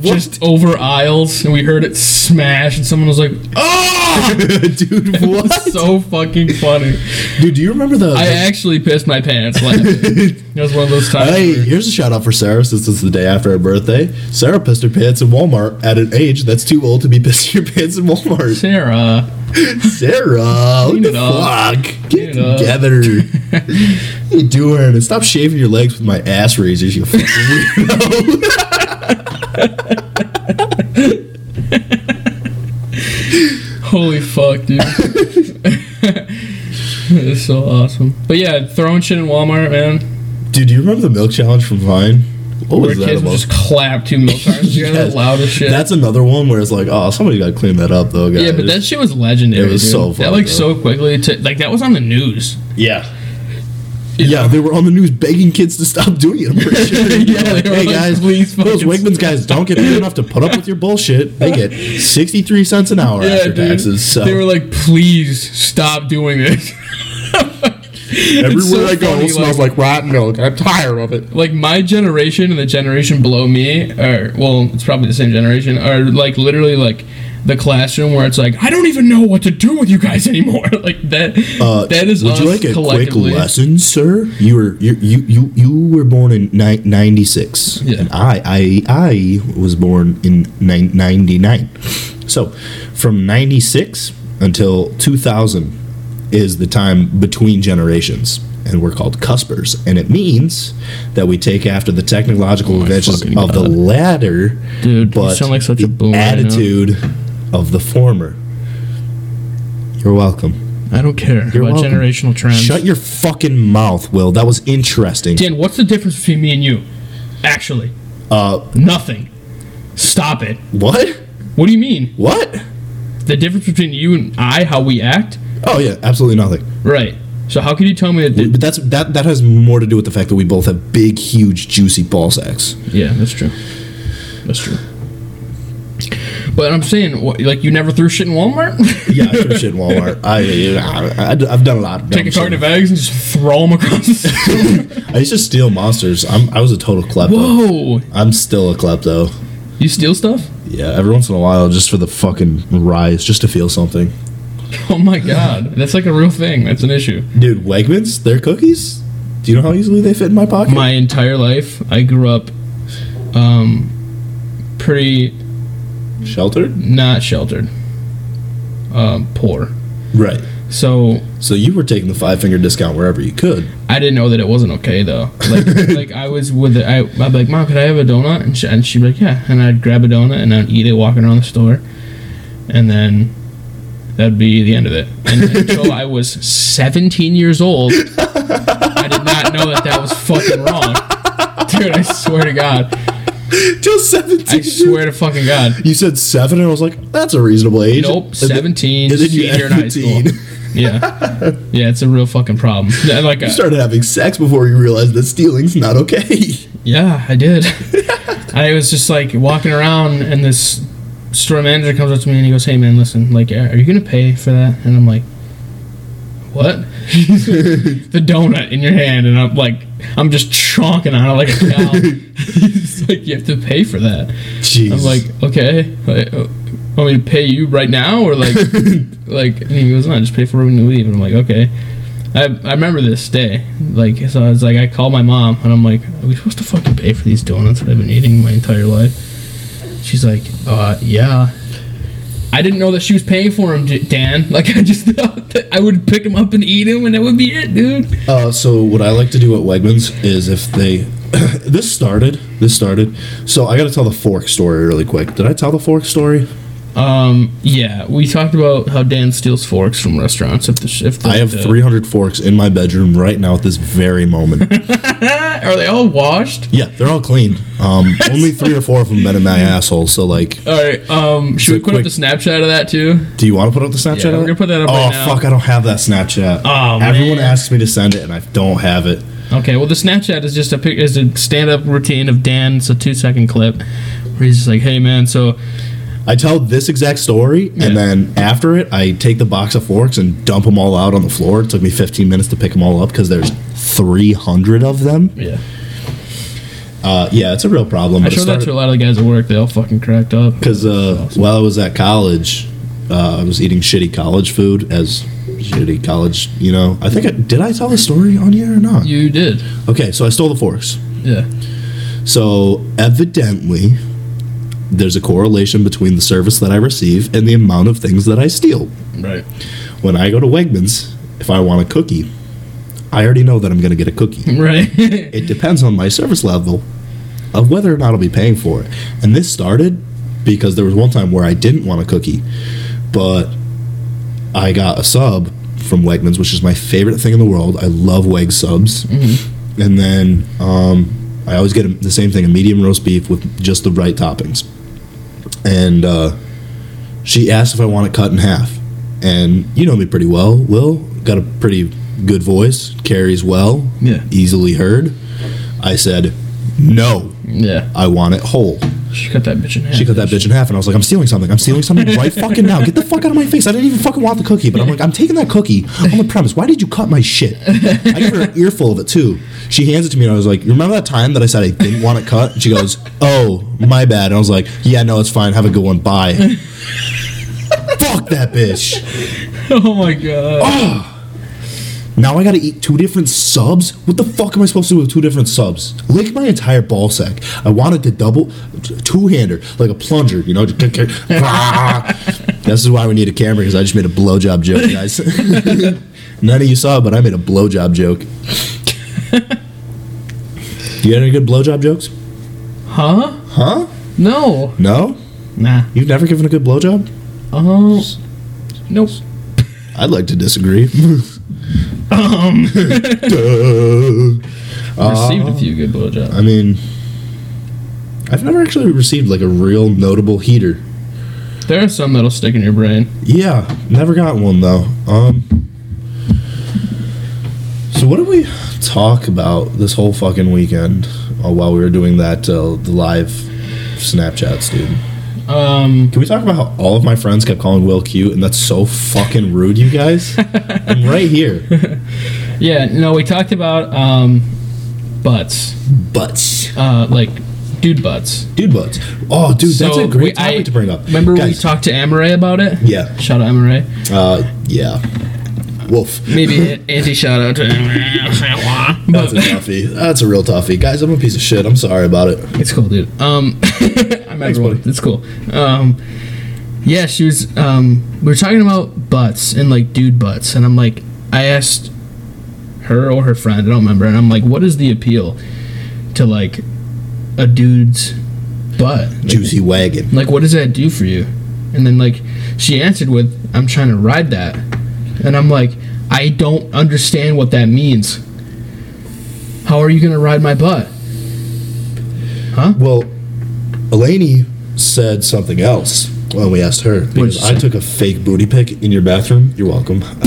Speaker 2: just over aisles, and we heard it smash, and someone was like,
Speaker 1: Oh, dude, what?
Speaker 2: "So fucking funny."
Speaker 1: Dude, do you remember the?
Speaker 2: I actually pissed my pants. Laughing. It was one of those times.
Speaker 1: Hey,
Speaker 2: where-
Speaker 1: here's a shout out for Sarah since it's the day after her birthday. Sarah pissed her pants in Walmart at an age that's too old to be pissing your pants in Walmart.
Speaker 2: Sarah.
Speaker 1: Sarah, what
Speaker 2: Clean
Speaker 1: the
Speaker 2: it up.
Speaker 1: fuck? Get
Speaker 2: it up.
Speaker 1: together. what are you doing? And stop shaving your legs with my ass razors, you fucking weirdo.
Speaker 2: Holy fuck, dude. it's so awesome. But yeah, throwing shit in Walmart, man.
Speaker 1: Dude, do you remember the milk challenge from Vine? What
Speaker 2: Where
Speaker 1: was that
Speaker 2: kids would
Speaker 1: about?
Speaker 2: just clap two milk cartons together,
Speaker 1: Yes.
Speaker 2: loud as shit.
Speaker 1: That's another one where it's like, oh, somebody got to clean that up, though, guys.
Speaker 2: yeah, but that shit was legendary.
Speaker 1: It was
Speaker 2: dude.
Speaker 1: so
Speaker 2: That
Speaker 1: fun,
Speaker 2: like
Speaker 1: bro.
Speaker 2: so quickly, to, like that was on the news.
Speaker 1: Yeah. Yeah, they were on the news begging kids to stop doing it. I'm pretty sure.
Speaker 2: Yeah,
Speaker 1: Like,
Speaker 2: they were
Speaker 1: hey
Speaker 2: like,
Speaker 1: guys,
Speaker 2: "Please
Speaker 1: those
Speaker 2: fucking
Speaker 1: Wegmans guys don't get paid enough to put up with your bullshit. They get 63 cents an hour
Speaker 2: Yeah,
Speaker 1: after
Speaker 2: dude.
Speaker 1: taxes. So
Speaker 2: They were like, "Please stop doing this."
Speaker 1: everywhere
Speaker 2: so
Speaker 1: I go,
Speaker 2: funny,
Speaker 1: it smells like rotten milk. I'm tired of it.
Speaker 2: like my generation and the generation below me are well it's probably the same generation are like literally like the classroom where it's like i don't even know what to do with you guys anymore like that
Speaker 1: Uh,
Speaker 2: that is
Speaker 1: Would
Speaker 2: us
Speaker 1: you like a quick
Speaker 2: collectively
Speaker 1: lesson, sir? You were you you you, you were born in ni- ninety six,
Speaker 2: Yeah.
Speaker 1: and I I I was born in ninety nine. So, from ninety six until two thousand is the time between generations. And we're called cuspers, and it means that we take after the technological inventions of
Speaker 2: Oh, fucking
Speaker 1: the
Speaker 2: God.
Speaker 1: latter,
Speaker 2: Dude, you
Speaker 1: but
Speaker 2: sound like such a
Speaker 1: the
Speaker 2: boomer right now.
Speaker 1: attitude of the former. You're welcome.
Speaker 2: i don't care
Speaker 1: You're
Speaker 2: about
Speaker 1: welcome.
Speaker 2: generational trends
Speaker 1: Shut your fucking mouth, Will. That was interesting.
Speaker 2: dan what's the difference between me and you actually
Speaker 1: Uh,
Speaker 2: nothing stop it
Speaker 1: what?
Speaker 2: what do you mean
Speaker 1: What?
Speaker 2: the difference between you and i how we act
Speaker 1: Oh yeah, absolutely nothing.
Speaker 2: right so how can you tell me that
Speaker 1: But that's that. That has more to do with the fact that we both have big, huge, juicy ball sacks.
Speaker 2: Yeah, that's true. That's true. But I'm saying, what, like, you never threw shit in Walmart?
Speaker 1: Yeah, I should have shit in Walmart. I, I, have done a lot. Of dumb
Speaker 2: Take a carton
Speaker 1: shit.
Speaker 2: of eggs and just throw them across the street.
Speaker 1: I used to steal monsters. I'm, I was a total klepto.
Speaker 2: Whoa!
Speaker 1: I'm still a klepto.
Speaker 2: You steal stuff?
Speaker 1: Yeah, every once in a while, just for the fucking rise, just to feel something.
Speaker 2: Oh my god, that's like a real thing. That's an issue.
Speaker 1: Dude, Wegmans, their cookies. Do you know how easily they fit in my pocket?
Speaker 2: My entire life, I grew up, um, pretty
Speaker 1: Sheltered.
Speaker 2: not sheltered, um, poor.
Speaker 1: Right.
Speaker 2: So
Speaker 1: So you were taking the five finger discount wherever you could.
Speaker 2: I didn't know that it wasn't okay though. Like, like I was with the, I, I'd be like, Mom, could I have a donut? And, she, and she'd be like, Yeah. And I'd grab a donut and I'd eat it walking around the store. And then that'd be the end of it. And until I was 17 years old, I did not know that that was fucking wrong. Dude, I swear to God.
Speaker 1: Till seventeen.
Speaker 2: I swear to fucking God.
Speaker 1: You said seven, and I was like, that's a reasonable age.
Speaker 2: Nope,
Speaker 1: And then-
Speaker 2: 17,
Speaker 1: and then you
Speaker 2: senior in high school.
Speaker 1: 17.
Speaker 2: Yeah. Yeah, it's a real fucking problem. Yeah, Like, uh,
Speaker 1: You started having sex before you realized that stealing's not okay.
Speaker 2: Yeah, I did. I was just like walking around, and this store manager comes up to me and he goes, "Hey, man, listen, like, are you gonna pay for that?" And I'm like, "What?" the donut in your hand, and I'm like, I'm just chonking on it like a cow. He's like, "You have to pay for that."
Speaker 1: Jeez.
Speaker 2: I'm like, "Okay, like, uh, want me to pay you right now, or like, like?" And he goes, "No, just pay for it when you leave." And I'm like, "Okay." I, I remember this day. Like, so I was like, I called my mom and I'm like, are we supposed to fucking pay for these donuts that I've been eating my entire life? She's like, uh, yeah. I didn't know that she was paying for them, J- Dan. Like, I just thought that I would pick them up and eat them and that would be it, dude.
Speaker 1: Uh, so what I like to do at Wegmans is if they, this started, this started. So I got to tell the fork story really quick. Did I tell the fork story?
Speaker 2: Um, yeah, we talked about how Dan steals forks from restaurants. If the, sh- if the,
Speaker 1: I have
Speaker 2: the-
Speaker 1: 300 forks in my bedroom right now at this very moment.
Speaker 2: Are they all washed?
Speaker 1: yeah, they're all clean. Um, only three or four of them been in my asshole. So like,
Speaker 2: All right. Um, should
Speaker 1: So
Speaker 2: we put
Speaker 1: quick-
Speaker 2: up the Snapchat of that too?
Speaker 1: do you want to put up the Snapchat?
Speaker 2: Yeah, we're gonna put that up
Speaker 1: Oh
Speaker 2: right now.
Speaker 1: fuck, I don't have that Snapchat.
Speaker 2: Oh,
Speaker 1: Everyone
Speaker 2: man.
Speaker 1: asks me to send it and I don't have it.
Speaker 2: Okay, well, the Snapchat is just a pic- is a stand up routine of Dan. It's a two second clip where he's just like, "Hey man, so
Speaker 1: I tell this exact story,
Speaker 2: Yeah.
Speaker 1: and then after it, I take the box of forks and dump them all out on the floor. It took me 15 minutes to pick them all up because there's 300 of them.
Speaker 2: yeah."
Speaker 1: Uh, yeah, it's a real problem.
Speaker 2: I showed that to a lot of the guys at work. They all fucking cracked up.
Speaker 1: because uh, while I was at college, uh, I was eating shitty college food as shitty college. You know, I think I, did I tell the story on here or not?
Speaker 2: You did,
Speaker 1: Okay, so I stole the forks.
Speaker 2: yeah.
Speaker 1: So evidently, there's a correlation between the service that I receive and the amount of things that I steal.
Speaker 2: Right.
Speaker 1: when I go to Wegmans, if I want a cookie, I already know that I'm going to get a cookie.
Speaker 2: Right.
Speaker 1: It depends on my service level of whether or not I'll be paying for it. And this started because there was one time where I didn't want a cookie, but I got a sub from Wegmans, which is my favorite thing in the world. I love Weg subs. And then um, I always get a, the same thing a medium roast beef with just the right toppings. And uh, she asked if I want it cut in half. And you know me pretty well, Will. Got a pretty good voice, carries well,
Speaker 2: Yeah.
Speaker 1: easily heard. I said, No,
Speaker 2: yeah.
Speaker 1: I want it whole.
Speaker 2: She cut that bitch in half.
Speaker 1: She cut that bitch in half, and I was like, I'm stealing something. I'm stealing something right fucking now. Get the fuck out of my face. I didn't even fucking want the cookie, but I'm like, I'm taking that cookie on the premise. Why did you cut my shit? I gave her an earful of it, too. She hands it to me, and I was like, You remember that time that I said I didn't want it cut? And she goes, Oh, my bad. And I was like, Yeah, no, it's fine. Have a good one. Bye. fuck that bitch.
Speaker 2: Oh my god.
Speaker 1: Now I gotta eat two different subs? What the fuck am I supposed to do with two different subs? Lick my entire ball sack. I wanted to double two hander, like a plunger, you know? Ah. this is why we need a camera, because I just made a blowjob joke, guys. None of you saw it, but I made a blowjob joke. you got any good blowjob jokes?
Speaker 2: Huh?
Speaker 1: Huh?
Speaker 2: No.
Speaker 1: No?
Speaker 2: Nah.
Speaker 1: You've never given a good blowjob?
Speaker 2: Oh. Nope.
Speaker 1: I'd like to disagree. um.
Speaker 2: Received a few good blowjobs.
Speaker 1: I mean, I've never actually received like a real notable heater.
Speaker 2: There are some that'll stick in your brain.
Speaker 1: Yeah, never got one though. Um, so what did we talk about this whole fucking weekend uh, while we were doing that uh, the live Snapchats, dude?
Speaker 2: Um.
Speaker 1: Can we talk about how all of my friends kept calling Will cute, and that's so fucking rude, you guys? I'm right here,
Speaker 2: Yeah. No, we talked about um, butts.
Speaker 1: butts,
Speaker 2: Uh, like, dude butts.
Speaker 1: dude, butts. Oh, dude, that's
Speaker 2: So,
Speaker 1: a great
Speaker 2: we-
Speaker 1: topic
Speaker 2: I-
Speaker 1: to bring up.
Speaker 2: Remember we
Speaker 1: Guys,
Speaker 2: talked to Amaray about it?
Speaker 1: Yeah.
Speaker 2: Shout out Amaray.
Speaker 1: Uh, yeah. Wolf.
Speaker 2: Maybe anti shout out to Amaray.
Speaker 1: That's a
Speaker 2: But
Speaker 1: toughie. That's a real toughie. Guys, I'm a piece of shit. I'm sorry about it.
Speaker 2: it's cool, dude. Um, I remember
Speaker 1: buddy.
Speaker 2: one. It's cool. Um, Yeah, she was. Um, we were talking about butts and like dude butts, and I'm like, I asked her or her friend, I don't remember, and I'm like, what is the appeal to like a dude's butt?
Speaker 1: Juicy wagon.
Speaker 2: Like, what does that do for you? And then like she answered with, I'm trying to ride that, and I'm like, I don't understand what that means. How are you gonna ride my butt?
Speaker 1: Well, Elaney said something else when we asked her
Speaker 2: did
Speaker 1: because
Speaker 2: she
Speaker 1: I
Speaker 2: say?
Speaker 1: took a fake booty pic in your bathroom. You're welcome.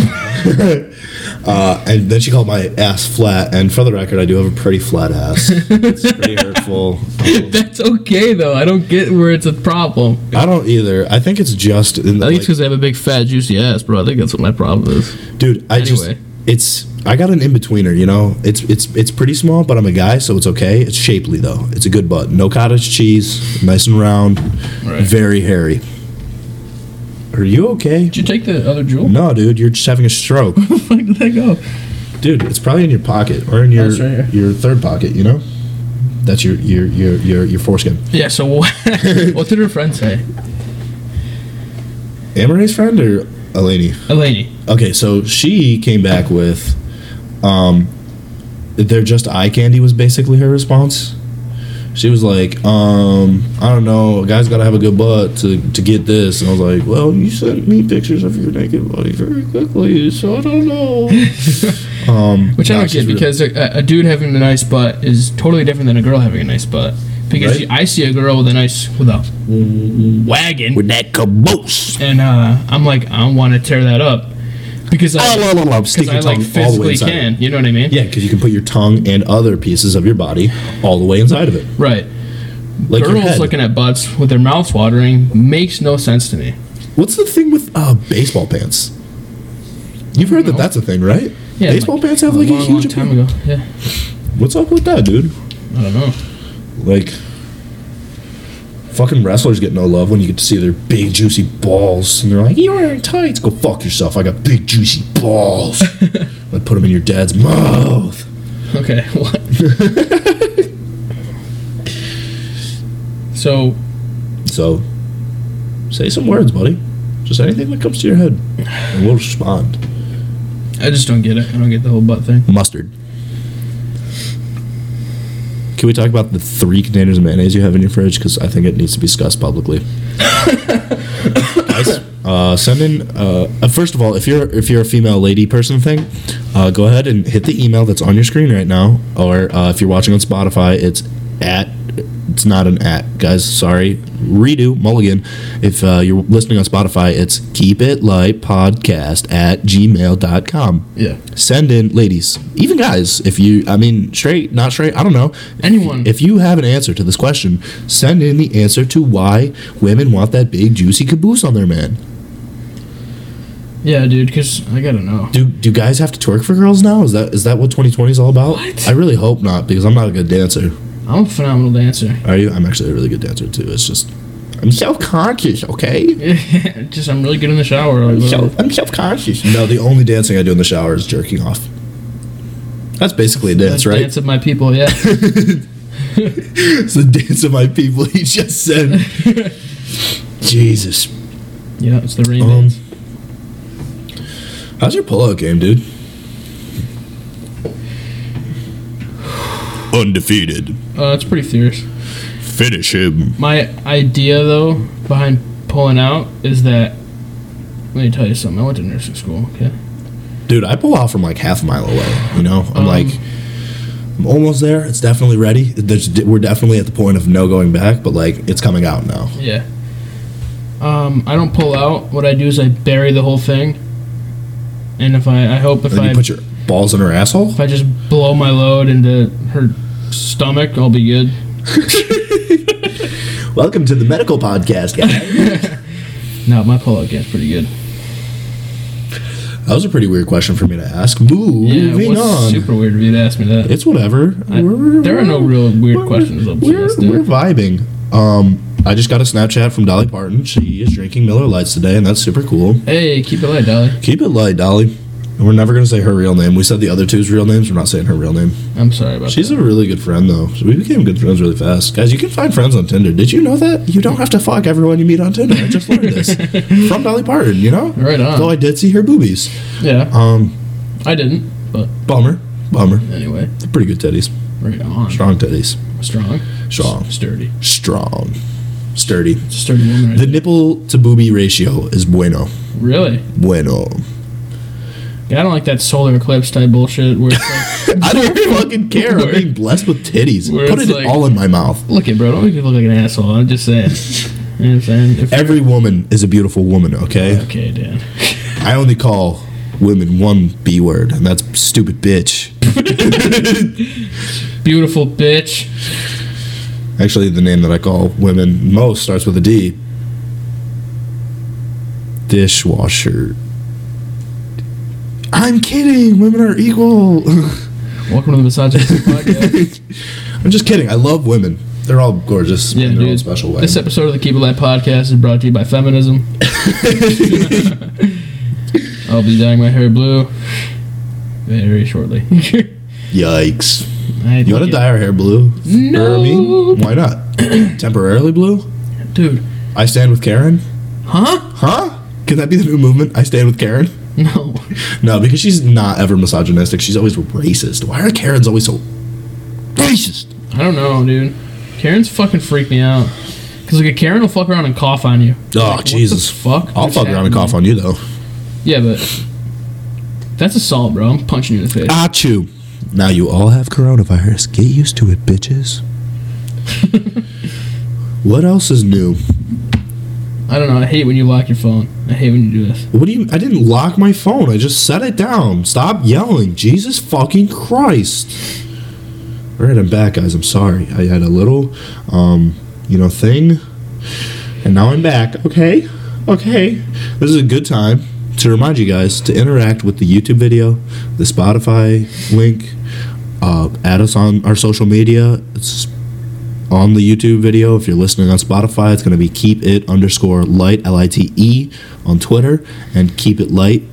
Speaker 1: uh, and then she called my ass flat. And for the record, I do have a pretty flat ass. it's pretty hurtful.
Speaker 2: That's okay though. I don't get where it's a problem.
Speaker 1: I don't either. I think it's just in the,
Speaker 2: I think
Speaker 1: like,
Speaker 2: it's because I have a big fat juicy ass, bro. I think that's what my problem is.
Speaker 1: dude. I just
Speaker 2: Anyway.
Speaker 1: it's. I got an in betweener, you know. It's it's it's pretty small, but I'm a guy, so it's okay. It's shapely though. It's a good butt. No cottage cheese, nice and round,
Speaker 2: Right.
Speaker 1: very hairy. Are you okay?
Speaker 2: Did you take the other jewel?
Speaker 1: No, dude, you're just having a stroke.
Speaker 2: Where the fuck did that go?
Speaker 1: dude, it's probably in your pocket or in your
Speaker 2: it's right here.
Speaker 1: your third pocket. You know, that's your your your your, your foreskin.
Speaker 2: Yeah. So what, what did her friend say?
Speaker 1: Amory's friend or Eleni?
Speaker 2: A lady.
Speaker 1: Okay, so she came back with, um, they're just eye candy was basically her response. She was like, um, I don't know, a guy's gotta have a good butt to, to get this. And I was like, well, you sent me pictures of your naked body very quickly, so I don't know. um,
Speaker 2: Which I
Speaker 1: nah,
Speaker 2: don't
Speaker 1: she's
Speaker 2: get
Speaker 1: really-
Speaker 2: because a, a dude having a nice butt is totally different than a girl having a nice butt. Because
Speaker 1: Right.
Speaker 2: you- I see a girl with a nice with a wagon,
Speaker 1: with that caboose.
Speaker 2: and uh, I'm like, I want to tear that up because
Speaker 1: Ah,
Speaker 2: I,
Speaker 1: la, la, la,
Speaker 2: because
Speaker 1: Stick
Speaker 2: I
Speaker 1: your
Speaker 2: like
Speaker 1: tongue all the way
Speaker 2: physically
Speaker 1: inside.
Speaker 2: can. You know what I mean?
Speaker 1: Yeah, because you can put your tongue and other pieces of your body all the way inside of it,
Speaker 2: Right.
Speaker 1: like your
Speaker 2: Girls
Speaker 1: head.
Speaker 2: looking at butts with their mouths watering makes no sense to me.
Speaker 1: What's the thing with uh, baseball pants? You've heard that that's a thing, right?
Speaker 2: Yeah,
Speaker 1: baseball pants have like a,
Speaker 2: long,
Speaker 1: huge.
Speaker 2: long time
Speaker 1: appeal.
Speaker 2: ago. Yeah.
Speaker 1: What's up with that, dude?
Speaker 2: I don't know.
Speaker 1: Like, fucking wrestlers get no love when you get to see their big juicy balls, and they're like, "You're wearing tights." Go fuck yourself. I got big juicy balls. like put them in your dad's mouth.
Speaker 2: Okay, what? so,
Speaker 1: So, say some words, buddy. Just anything that comes to your head, and we'll respond.
Speaker 2: I just don't get it. I don't get the whole butt thing.
Speaker 1: Mustard. Can we talk about the three containers of mayonnaise you have in your fridge? Because I think it needs to be discussed publicly. Guys, uh, send in. Uh, uh, first of all, if you're if you're a female lady person thing, uh, go ahead and hit the email that's on your screen right now. Or uh, if you're watching on Spotify, it's at. It's not an at, guys. Sorry. Redo Mulligan. If uh, you're listening on Spotify, it's keep it light podcast at gmail.com
Speaker 2: Yeah.
Speaker 1: send in ladies even guys if you i mean straight not straight i don't know
Speaker 2: Anyone.
Speaker 1: if you have an answer to this question send in the answer to why women want that big juicy caboose on their man
Speaker 2: yeah, dude, because I gotta know.
Speaker 1: do do guys have to twerk for girls now is that is that what 2020 is all about
Speaker 2: What?
Speaker 1: i really hope not because i'm not a good dancer
Speaker 2: I'm a phenomenal dancer.
Speaker 1: are you i'm actually a really good dancer too it's just i'm self-conscious okay
Speaker 2: just, I'm really good in the shower. Like, whatever.
Speaker 1: I'm self-conscious no the only dancing i do in the shower is jerking off that's basically a dance,
Speaker 2: I
Speaker 1: right?
Speaker 2: Dance of my people, yeah.
Speaker 1: It's the dance of my people he just said. Jesus.
Speaker 2: yeah, it's the rain
Speaker 1: Um,
Speaker 2: dance.
Speaker 1: how's your pullout game, dude? Undefeated.
Speaker 2: Uh, it's pretty fierce.
Speaker 1: Finish him.
Speaker 2: My idea, though, behind pulling out is that. Let me tell you something. I went to nursing school, okay?
Speaker 1: Dude, I pull out from like half a mile away. You know, I'm
Speaker 2: Um,
Speaker 1: like, I'm almost there. It's definitely ready. There's, we're definitely at the point of no going back, but like, it's coming out now.
Speaker 2: Yeah. Um, I don't pull out. What I do is I bury the whole thing. And if I, I hope if
Speaker 1: Then
Speaker 2: I,
Speaker 1: you put your balls in her asshole.
Speaker 2: if I just blow my load into her stomach, I'll be good.
Speaker 1: Welcome to the medical podcast, guys.
Speaker 2: No, my pull out game's pretty good.
Speaker 1: that was a pretty weird question for me to ask. Moving
Speaker 2: Yeah, it was
Speaker 1: on.
Speaker 2: super weird of you to ask me that.
Speaker 1: It's whatever. We're-
Speaker 2: there are no real weird
Speaker 1: we're-
Speaker 2: questions up
Speaker 1: We're,
Speaker 2: here, dude.
Speaker 1: we're vibing. Um, I just got a Snapchat from Dolly Parton. She is drinking Miller Lights today, and that's super cool.
Speaker 2: Hey, keep it light, Dolly.
Speaker 1: Keep it light, Dolly. We're never gonna say her real name. We said the other two's real names. We're not saying her real name.
Speaker 2: I'm sorry about
Speaker 1: She's
Speaker 2: that.
Speaker 1: a really good friend, though. So we became good friends really fast. Guys, you can find friends on Tinder. Did you know that? You don't have to fuck everyone you meet on Tinder. I just learned this from Dolly Parton, you know?
Speaker 2: Right on.
Speaker 1: Though I did see her boobies.
Speaker 2: yeah,
Speaker 1: Um,
Speaker 2: I didn't. But
Speaker 1: bummer. Bummer.
Speaker 2: anyway,
Speaker 1: They're pretty good titties.
Speaker 2: right on.
Speaker 1: Strong titties.
Speaker 2: Strong.
Speaker 1: Strong.
Speaker 2: Sturdy.
Speaker 1: Strong. Sturdy.
Speaker 2: It's a sturdy woman. Right
Speaker 1: The nipple to boobie ratio is bueno.
Speaker 2: there. really?
Speaker 1: Bueno.
Speaker 2: Yeah, I don't like that solar eclipse type bullshit where it's like,
Speaker 1: I don't fucking care. I'm
Speaker 2: Word.
Speaker 1: being blessed with titties.
Speaker 2: Where
Speaker 1: Put
Speaker 2: it's
Speaker 1: it
Speaker 2: like-
Speaker 1: all in my mouth.
Speaker 2: look at bro, don't make me look like an asshole. I'm just saying. You know what I'm saying? If-
Speaker 1: Every woman is a beautiful woman, okay?
Speaker 2: okay, Dan.
Speaker 1: I only call women one B word, and that's stupid bitch.
Speaker 2: Beautiful bitch.
Speaker 1: Actually, the name that I call women most starts with a D. Dishwasher. I'm kidding. Women are equal.
Speaker 2: Welcome to the misogynistic podcast.
Speaker 1: I'm just kidding. I love women. They're all gorgeous
Speaker 2: Yeah,
Speaker 1: in their own
Speaker 2: dude.
Speaker 1: special way.
Speaker 2: This episode of the Keep It Light podcast is brought to you by feminism. I'll be dyeing my hair blue very shortly.
Speaker 1: Yikes.
Speaker 2: I
Speaker 1: You want to
Speaker 2: think
Speaker 1: dye our hair blue?
Speaker 2: No.
Speaker 1: For me? Why not? Temporarily blue?
Speaker 2: it- dude?
Speaker 1: I stand with Karen?
Speaker 2: Huh?
Speaker 1: Huh? Could that be the new movement? I stand with Karen?
Speaker 2: No.
Speaker 1: No, because she's not ever misogynistic. She's always racist. Why are Karens always so racist?
Speaker 2: I don't know, dude. Karen's fucking freak me out. Cause like a Karen will fuck around and cough on you.
Speaker 1: Oh, Jesus.
Speaker 2: fuck?
Speaker 1: I'll
Speaker 2: What's
Speaker 1: fuck around and
Speaker 2: happening?
Speaker 1: cough on you, though.
Speaker 2: Yeah, but that's assault, bro. I'm punching you in the face.
Speaker 1: Achoo. Ah, Now you all have coronavirus. Get used to it, bitches. what else is new?
Speaker 2: I don't know. I hate when you lock your phone. I hate when you do this.
Speaker 1: What do you? I didn't lock my phone. I just set it down. Stop yelling. Jesus fucking Christ. All right, I'm back, guys. I'm sorry. I had a little, um, you know, thing, and now I'm back. Okay, okay. This is a good time to remind you guys to interact with the YouTube video, the Spotify link. Uh, add us on our social media. It's on the YouTube video. If you're listening on Spotify, it's going to be keep it underscore light, L I T E, on Twitter, and keep it light,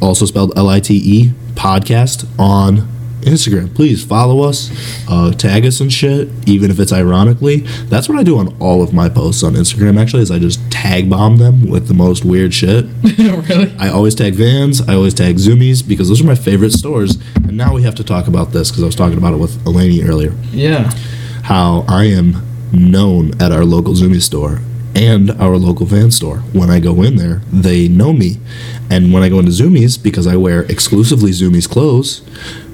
Speaker 1: also spelled L I T E, podcast on Instagram. Please follow us, uh, tag us and shit, even if it's ironically. That's what I do on all of my posts on Instagram, actually, is I just tag bomb them with the most weird shit.
Speaker 2: really?
Speaker 1: I always tag Vans. I always tag Zoomies because those are my favorite stores. And now we have to talk about this because I was talking about it with Eleni earlier
Speaker 2: Yeah.
Speaker 1: how I am known at our local Zoomy store and our local van store. When I go in there, they know me. And when I go into Zoomies, because I wear exclusively Zoomies clothes,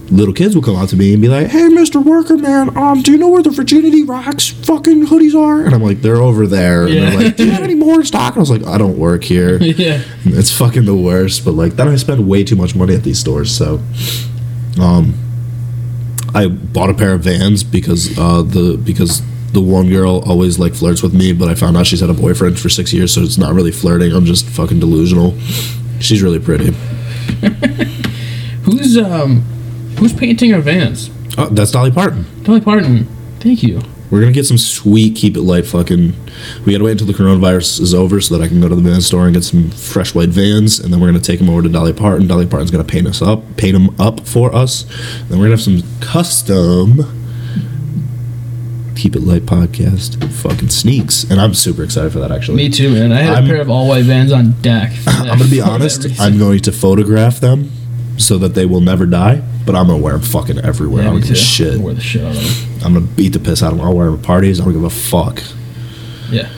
Speaker 1: little kids will come out to me and be like, Hey, Mr. Worker Man, um, do you know where the Virginity Rocks fucking hoodies are? And I'm like, They're over there. And
Speaker 2: Yeah.
Speaker 1: they're like, Do you have any more in stock? And I was like, I don't work here.
Speaker 2: Yeah.
Speaker 1: It's fucking the worst. But like then I spend way too much money at these stores. So, um, I bought a pair of Vans because uh the because the one girl always like flirts with me, but I found out she's had a boyfriend for six years, so it's not really flirting. I'm just fucking delusional. She's really pretty.
Speaker 2: Who's um, who's painting our vans?
Speaker 1: Oh, that's Dolly Parton.
Speaker 2: Dolly Parton. Thank you.
Speaker 1: We're gonna get some sweet keep it light fucking. We gotta wait until the coronavirus is over so that I can go to the van store and get some fresh white vans, and then we're gonna take them over to Dolly Parton. Dolly Parton's gonna paint us up, paint them up for us. Then we're gonna have some custom keep it light podcast fucking sneaks, and I'm super excited for that actually.
Speaker 2: Me too, man. I had
Speaker 1: I'm-
Speaker 2: a pair of all white vans on deck. for that-
Speaker 1: I'm gonna be
Speaker 2: for that
Speaker 1: honest.
Speaker 2: reason.
Speaker 1: I'm going to photograph them so that they will never die. But I'm gonna wear them fucking everywhere.
Speaker 2: Yeah,
Speaker 1: I
Speaker 2: me
Speaker 1: don't give
Speaker 2: too.
Speaker 1: a shit.
Speaker 2: Wore the shit out of them.
Speaker 1: I'm gonna beat the piss out of them. I'll wear them at parties. I don't give a fuck.
Speaker 2: Yeah.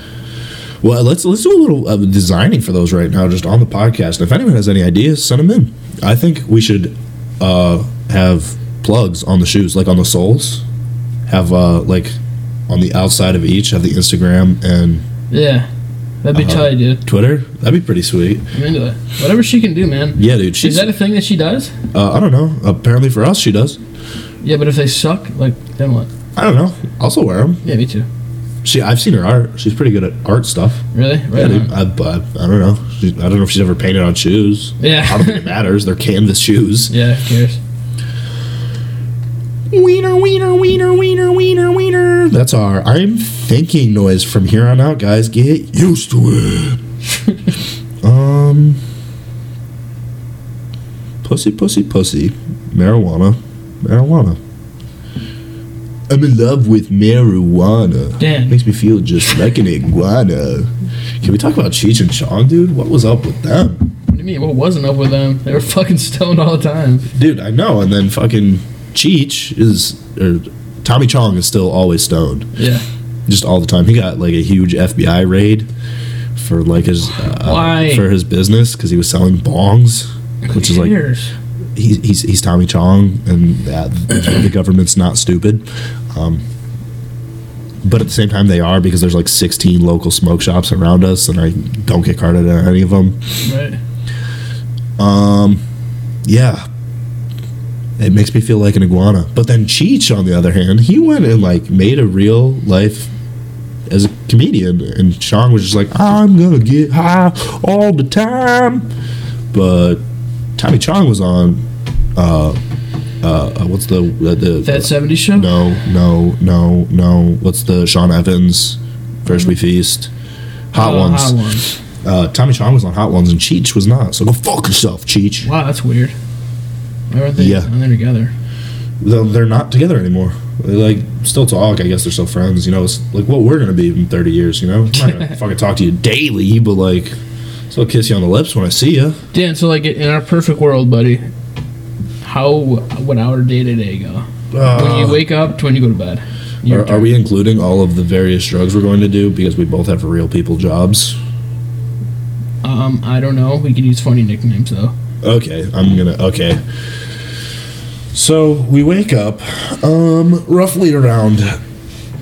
Speaker 1: Well, let's let's do a little uh, designing for those right now, just on the podcast. If anyone has any ideas, send them in. I think we should uh, have plugs on the shoes, like on the soles. Have uh, like on the outside of each, have the Instagram and
Speaker 2: Yeah. That'd be
Speaker 1: Uh-huh.
Speaker 2: tight, dude.
Speaker 1: Twitter. That'd be pretty sweet.
Speaker 2: I'm into that. Whatever she can do, man.
Speaker 1: Yeah, dude.
Speaker 2: Is
Speaker 1: She's.
Speaker 2: that a thing that she does?
Speaker 1: uh, I don't know. Apparently for us, she does.
Speaker 2: Yeah, but if they suck, like then what?
Speaker 1: I don't know. Also wear them.
Speaker 2: Yeah, me too.
Speaker 1: She. I've seen her art. She's pretty good at art stuff.
Speaker 2: Really?
Speaker 1: Yeah,
Speaker 2: Right.
Speaker 1: dude.
Speaker 2: on.
Speaker 1: I, I, I don't know. She, I don't know if she's ever painted on shoes.
Speaker 2: Yeah.
Speaker 1: I don't think it matters. They're canvas shoes.
Speaker 2: Yeah. Who cares?
Speaker 1: Wiener, wiener, wiener, wiener, wiener, wiener. That's our I'm thinking noise from here on out, guys. Get used to it. um. pussy, pussy, pussy, marijuana, marijuana. I'm in love with marijuana.
Speaker 2: Damn.
Speaker 1: Makes me feel just like an iguana. Can we talk about Cheech and Chong, dude? What was up with them?
Speaker 2: What do you mean? What wasn't up with them? They were fucking stoned all the time.
Speaker 1: Dude, I know. And then fucking Cheech is, or Tommy Chong is still always stoned.
Speaker 2: Yeah.
Speaker 1: just all the time. He got like a huge FBI raid for like his uh,
Speaker 2: Why?
Speaker 1: for his business because he was selling bongs, which is like he's he's, he's Tommy Chong, and that the government's not stupid. Um, but at the same time, they are because there's like 16 local smoke shops around us, and I don't get carded at any of them.
Speaker 2: Right.
Speaker 1: Um, yeah. It makes me feel like an iguana. But then Cheech, on the other hand, he went and like made a real life as a comedian, and Sean was just like, "I'm gonna get high all the time." But Tommy Chong was on, uh, uh, uh what's the uh, the
Speaker 2: That 70s show?
Speaker 1: no no no no what's the Sean Evans, first we feast, hot
Speaker 2: Oh,
Speaker 1: ones.
Speaker 2: Hot ones.
Speaker 1: Uh, Tommy Chong was on Hot Ones and Cheech was not. So go fuck yourself, Cheech.
Speaker 2: Wow, that's weird. Why weren't they
Speaker 1: Yeah.
Speaker 2: on there together?
Speaker 1: Though They're not together anymore. They, like still talk. I guess they're still friends. You know, it's like what we're gonna be in thirty years. You know, I'm not gonna fucking talk to you daily, but like still kiss you on the lips when I see you.
Speaker 2: Dan, so like in our perfect world, buddy, how would our day to day go? when
Speaker 1: Uh,
Speaker 2: you wake up to when you go to bed. Your
Speaker 1: are, are we including all of the various drugs we're going to do because we both have real people jobs?
Speaker 2: turn. Um, I don't know. We can use funny nicknames though.
Speaker 1: Okay, I'm gonna. Okay. So we wake up, um, roughly around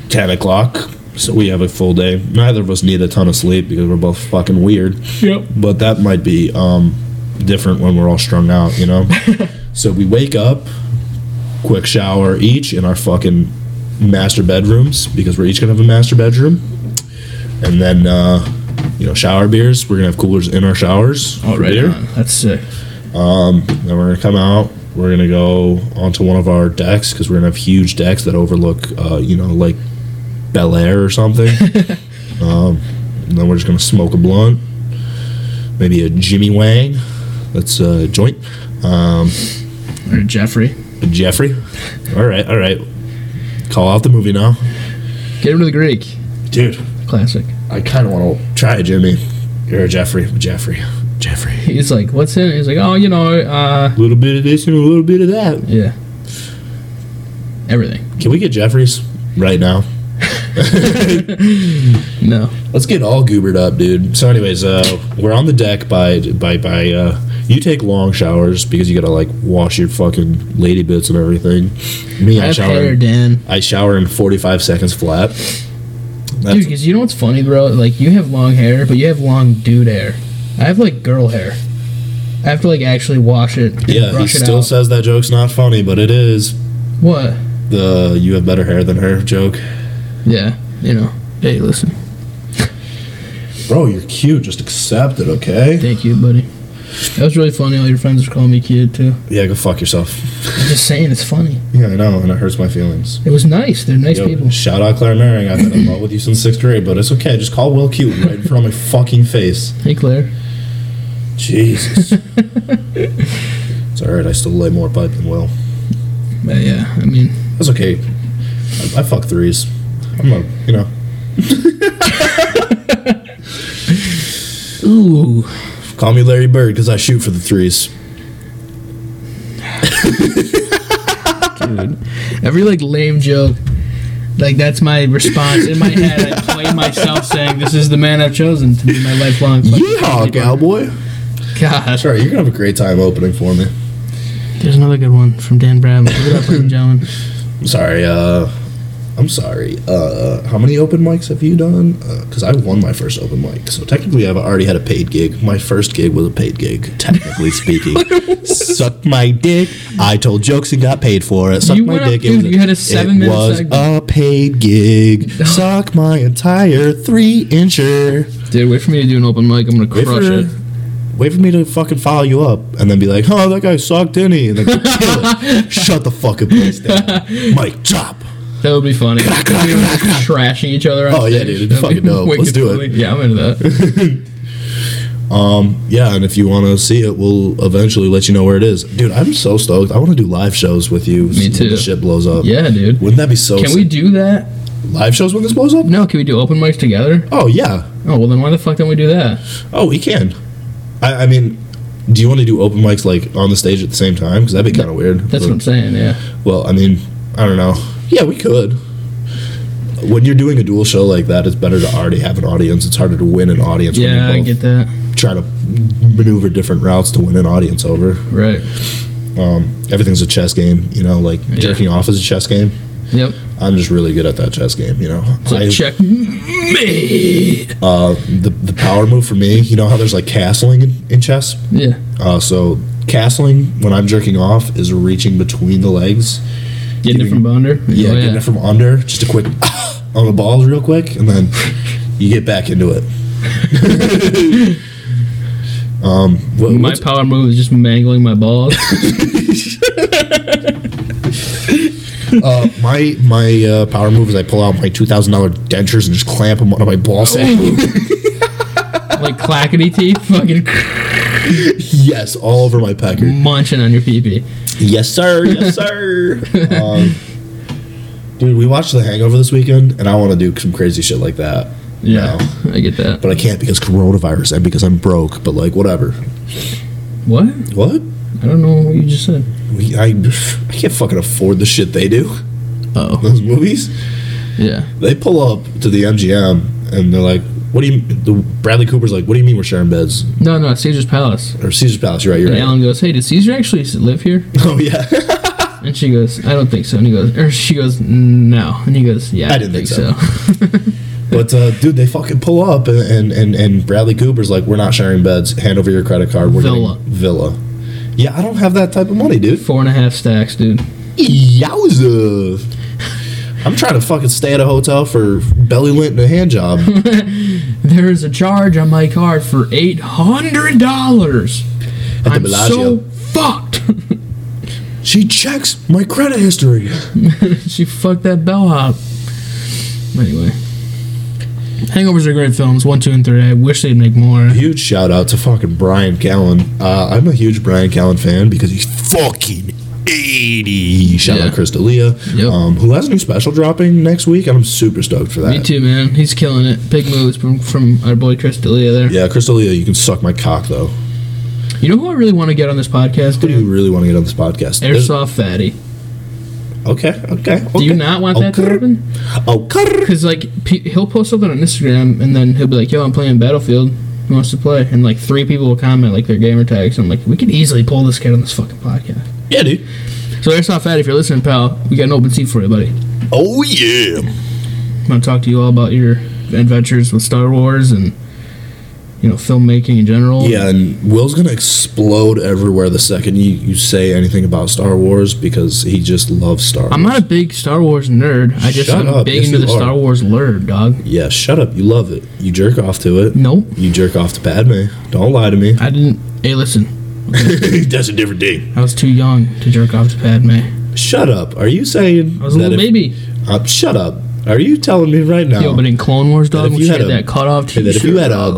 Speaker 1: ten o'clock. So we have a full day. Neither of us need a ton of sleep because we're both fucking weird.
Speaker 2: Yep.
Speaker 1: But that might be um, different when we're all strung out, you know. so we wake up, quick shower each in our fucking master bedrooms because we're each gonna have a master bedroom, and then uh, you know shower beers. We're gonna have coolers in our showers. for
Speaker 2: Alright.
Speaker 1: beer.
Speaker 2: That's sick.
Speaker 1: Then we're gonna come out. We're gonna go onto one of our decks because we're gonna have huge decks that overlook, uh, you know, like Bel Air or something. um, and then we're just gonna smoke a blunt, maybe a Jimmy Wang. That's a joint. Um,
Speaker 2: All right, Jeffrey.
Speaker 1: a Jeffrey. All right, all right. Call out the movie now,
Speaker 2: Get him to the Greek.
Speaker 1: dude.
Speaker 2: Classic.
Speaker 1: I kind of want to try a Jimmy or a Jeffrey. Jeffrey. Jeffrey.
Speaker 2: He's like, what's in it? He's like, oh, you know, uh,
Speaker 1: A little bit of this and a little bit of that.
Speaker 2: yeah. Everything.
Speaker 1: Can we get Jeffrey's right now?
Speaker 2: No.
Speaker 1: Let's get all goobered up, dude. So, anyways, uh, we're on the deck by by by. Uh, you take long showers because you gotta like wash your fucking lady bits and everything. Me, I,
Speaker 2: I have hair,
Speaker 1: shower.
Speaker 2: Dan.
Speaker 1: I shower in forty five seconds flat.
Speaker 2: Dude,
Speaker 1: That's,
Speaker 2: because you know what's funny, bro? Like, you have long hair, but you have long dude hair. I have, like, girl hair. I have to, like, actually wash it. and
Speaker 1: yeah, he
Speaker 2: brush it
Speaker 1: still
Speaker 2: out.
Speaker 1: says that joke's not funny, but it is.
Speaker 2: What?
Speaker 1: The you have better hair than her joke,
Speaker 2: Yeah, you know. Hey, listen.
Speaker 1: bro. You're cute. Just accept it, okay?
Speaker 2: Thank you, buddy. That was really funny. All your friends are calling me kid, too.
Speaker 1: Yeah, go fuck yourself.
Speaker 2: I'm just saying, it's funny.
Speaker 1: Yeah, I know, and it hurts my feelings.
Speaker 2: It was nice. They're nice
Speaker 1: Yo,
Speaker 2: people.
Speaker 1: Shout out Claire Merring. I've been in love with you since sixth grade, but it's okay. Just call Will cute right in front of my fucking face.
Speaker 2: Hey, Claire.
Speaker 1: Jesus. it's all right. I still lay more pipe than Will.
Speaker 2: But, yeah, I mean,
Speaker 1: That's okay. I, I fuck threes. I'm a, you know,
Speaker 2: ooh.
Speaker 1: call me Larry Bird because I shoot for the threes.
Speaker 2: Every like lame joke, like that's my response in my head. I play myself saying, "This is the man I've chosen to be my lifelong." fucking
Speaker 1: Yeehaw,
Speaker 2: comedy
Speaker 1: cowboy.
Speaker 2: partner." God,
Speaker 1: Sorry, you're gonna have a great time opening for me.
Speaker 2: there's another good one from Dan Bradley. Look it up, ladies and gentlemen.
Speaker 1: I'm sorry. Uh, I'm sorry. Uh, how many open mics have you done? Because I won my first open mic, so technically I've already had a paid gig. My first gig was a paid gig, technically speaking. Suck my dick. I told jokes and got paid for it. Suck
Speaker 2: You
Speaker 1: my
Speaker 2: went up-
Speaker 1: dick. it
Speaker 2: dude,
Speaker 1: was
Speaker 2: you had a seven-minute
Speaker 1: It was
Speaker 2: segment.
Speaker 1: a paid gig. Suck my entire three incher.
Speaker 2: Dude, wait for me to do an open mic. I'm gonna
Speaker 1: Wait for,
Speaker 2: crush it.
Speaker 1: wait for me to fucking follow you up and then be like, oh, that guy sucked, didn't he? And then go kill it. Shut the fucking place down. Mic drop.
Speaker 2: That would be funny. We were just trashing each other. On
Speaker 1: Oh, yeah,
Speaker 2: stage.
Speaker 1: dude,
Speaker 2: That'd be
Speaker 1: fucking dope. Let's
Speaker 2: wicked
Speaker 1: do it.
Speaker 2: funny. Yeah, I'm into that.
Speaker 1: Um, yeah, and if you want to see it, we'll eventually let you know where it is. Dude, I'm so stoked. I want to do live shows with you. when
Speaker 2: too.
Speaker 1: The shit blows up.
Speaker 2: Yeah, dude.
Speaker 1: Wouldn't that be so?
Speaker 2: Can we do that?
Speaker 1: live shows when this blows up?
Speaker 2: No, can we do open mics together?
Speaker 1: Oh yeah.
Speaker 2: Oh well, then why the fuck don't we do that?
Speaker 1: Oh, we can. I, I mean, do you want to do open mics like on the stage at the same time? Because that'd be kind of weird.
Speaker 2: That's what I'm saying. Yeah,
Speaker 1: Well, I mean, I don't know. Yeah, we could. When you're doing a dual show like that, it's better to already have an audience. It's harder to win an audience.
Speaker 2: yeah, I
Speaker 1: when you
Speaker 2: get that.
Speaker 1: both try to maneuver different routes to win an audience over.
Speaker 2: Right.
Speaker 1: Um, everything's a chess game, you know. Like jerking off is a chess game.
Speaker 2: Yep.
Speaker 1: I'm just really good at that chess game, you know.
Speaker 2: So
Speaker 1: I-
Speaker 2: check me.
Speaker 1: uh, the the power move for me, you know how there's like castling in, in chess.
Speaker 2: Yeah.
Speaker 1: Uh, so castling when I'm jerking off is reaching between the legs.
Speaker 2: Oh, Getting it from Bonder.
Speaker 1: Yeah,
Speaker 2: Oh,
Speaker 1: getting it from under, just a quick on the balls real quick, and then you get back into it. um, what,
Speaker 2: My
Speaker 1: what's-
Speaker 2: power move is just mangling my balls.
Speaker 1: uh, my my uh, power move is I pull out my two thousand dollar dentures and just clamp them onto my ball sack.
Speaker 2: Oh. like clackety teeth, fucking
Speaker 1: yes, all over my pecker.
Speaker 2: munching on your pee pee.
Speaker 1: Yes, sir. Yes, sir. um, dude, we watched The Hangover this weekend, and I want to do some crazy shit like that.
Speaker 2: Yeah,
Speaker 1: now.
Speaker 2: I get that.
Speaker 1: but I can't because coronavirus and because I'm broke. But like, whatever.
Speaker 2: What?
Speaker 1: What?
Speaker 2: I don't know what you just said.
Speaker 1: We, I, I can't fucking afford the shit they do.
Speaker 2: Oh,
Speaker 1: Those movies,
Speaker 2: yeah.
Speaker 1: they pull up to the MGM and they're like, "What do you?" The Bradley Cooper's like, "What do you mean we're sharing beds?"
Speaker 2: No, no, it's Caesar's Palace.
Speaker 1: Or Caesar's Palace, you're right? You're
Speaker 2: And
Speaker 1: right.
Speaker 2: Alan goes, "Hey, did Caesar actually s- live here?"
Speaker 1: Oh yeah,
Speaker 2: And she goes, "I don't think so." And he goes, or she goes, "No." And he goes, "Yeah,
Speaker 1: I didn't think but uh, dude, they fucking pull up and, and and and Bradley Cooper's like, "We're not sharing beds. Hand over your credit card. We're
Speaker 2: Villa.
Speaker 1: getting Villa." Yeah, I don't have that type of money, dude.
Speaker 2: Four and a half stacks, dude.
Speaker 1: Yowza. I'm trying to fucking stay at a hotel for belly lint and a hand job.
Speaker 2: There is a charge on my card for eight hundred dollars.
Speaker 1: the
Speaker 2: I'm so
Speaker 1: Bellagio.
Speaker 2: fucked.
Speaker 1: she checks my credit history.
Speaker 2: she fucked that bellhop. Anyway, Hangovers are great films. One, two, and three. I wish they'd make more.
Speaker 1: Huge shout out to fucking Brian Callen. Uh, I'm a huge Brian Callen fan because he's fucking 80. Shout
Speaker 2: Yeah.
Speaker 1: out Chris D'Elia,
Speaker 2: Yep.
Speaker 1: um, who has a new special dropping next week, and I'm super stoked for that.
Speaker 2: Me too, man. He's killing it. Big moves from from our boy Chris D'Elia there.
Speaker 1: Yeah, Chris D'Elia, you can suck my cock though.
Speaker 2: You know who I really want to get on this podcast,
Speaker 1: Who do
Speaker 2: dude?
Speaker 1: you really want to get on this podcast? There's-
Speaker 2: Airsoft Fatty.
Speaker 1: Okay, okay.
Speaker 2: Do you not want that to happen?
Speaker 1: Oh,
Speaker 2: Because like pe- he'll post something on Instagram and then he'll be like, "Yo, I'm playing Battlefield. Who wants to play?" And like three people will comment like their gamer tags. I'm like, we could easily pull this kid on this fucking podcast.
Speaker 1: yeah, dude.
Speaker 2: So Airsoft Fatty, if you're listening, pal, we got an open seat for you, buddy.
Speaker 1: Oh yeah.
Speaker 2: I'm gonna talk to you all about your adventures with Star Wars and you know filmmaking in general.
Speaker 1: Yeah, and Will's gonna explode everywhere the second you, you say anything about Star Wars because he just loves Star Wars.
Speaker 2: I'm not a big Star Wars nerd. I just
Speaker 1: Shut
Speaker 2: am
Speaker 1: up.
Speaker 2: big
Speaker 1: Yes,
Speaker 2: into
Speaker 1: you
Speaker 2: the Star
Speaker 1: are.
Speaker 2: Wars lurd, dog.
Speaker 1: yeah, shut up. You love it. You jerk off to it.
Speaker 2: Nope,
Speaker 1: You jerk off to Padme. Don't lie to me.
Speaker 2: I didn't. Hey, listen,
Speaker 1: That's a different thing.
Speaker 2: I was too young to jerk off to Padme.
Speaker 1: Shut up. Are you saying
Speaker 2: I was a
Speaker 1: that
Speaker 2: little
Speaker 1: if-
Speaker 2: baby.
Speaker 1: Uh, shut up. Are you telling me right now
Speaker 2: Yo, but in Clone Wars,
Speaker 1: if
Speaker 2: dog, when
Speaker 1: you
Speaker 2: she
Speaker 1: had
Speaker 2: had
Speaker 1: a-
Speaker 2: that cutoff t-shirt,
Speaker 1: that if you had a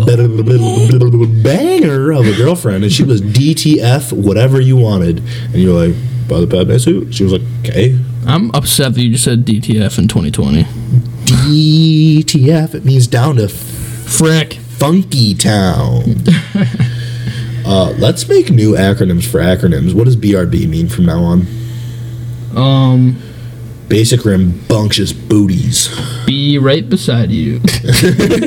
Speaker 1: banger of a girlfriend and she was DTF whatever you wanted and you're like by the Padme suit, she was like okay
Speaker 2: I'm upset that you just said DTF in 2020.
Speaker 1: DTF it means down to frick funky town. uh, let's make new acronyms for acronyms. What does BRB mean from now on?
Speaker 2: Um,
Speaker 1: Basic rambunctious booties.
Speaker 2: be right beside you,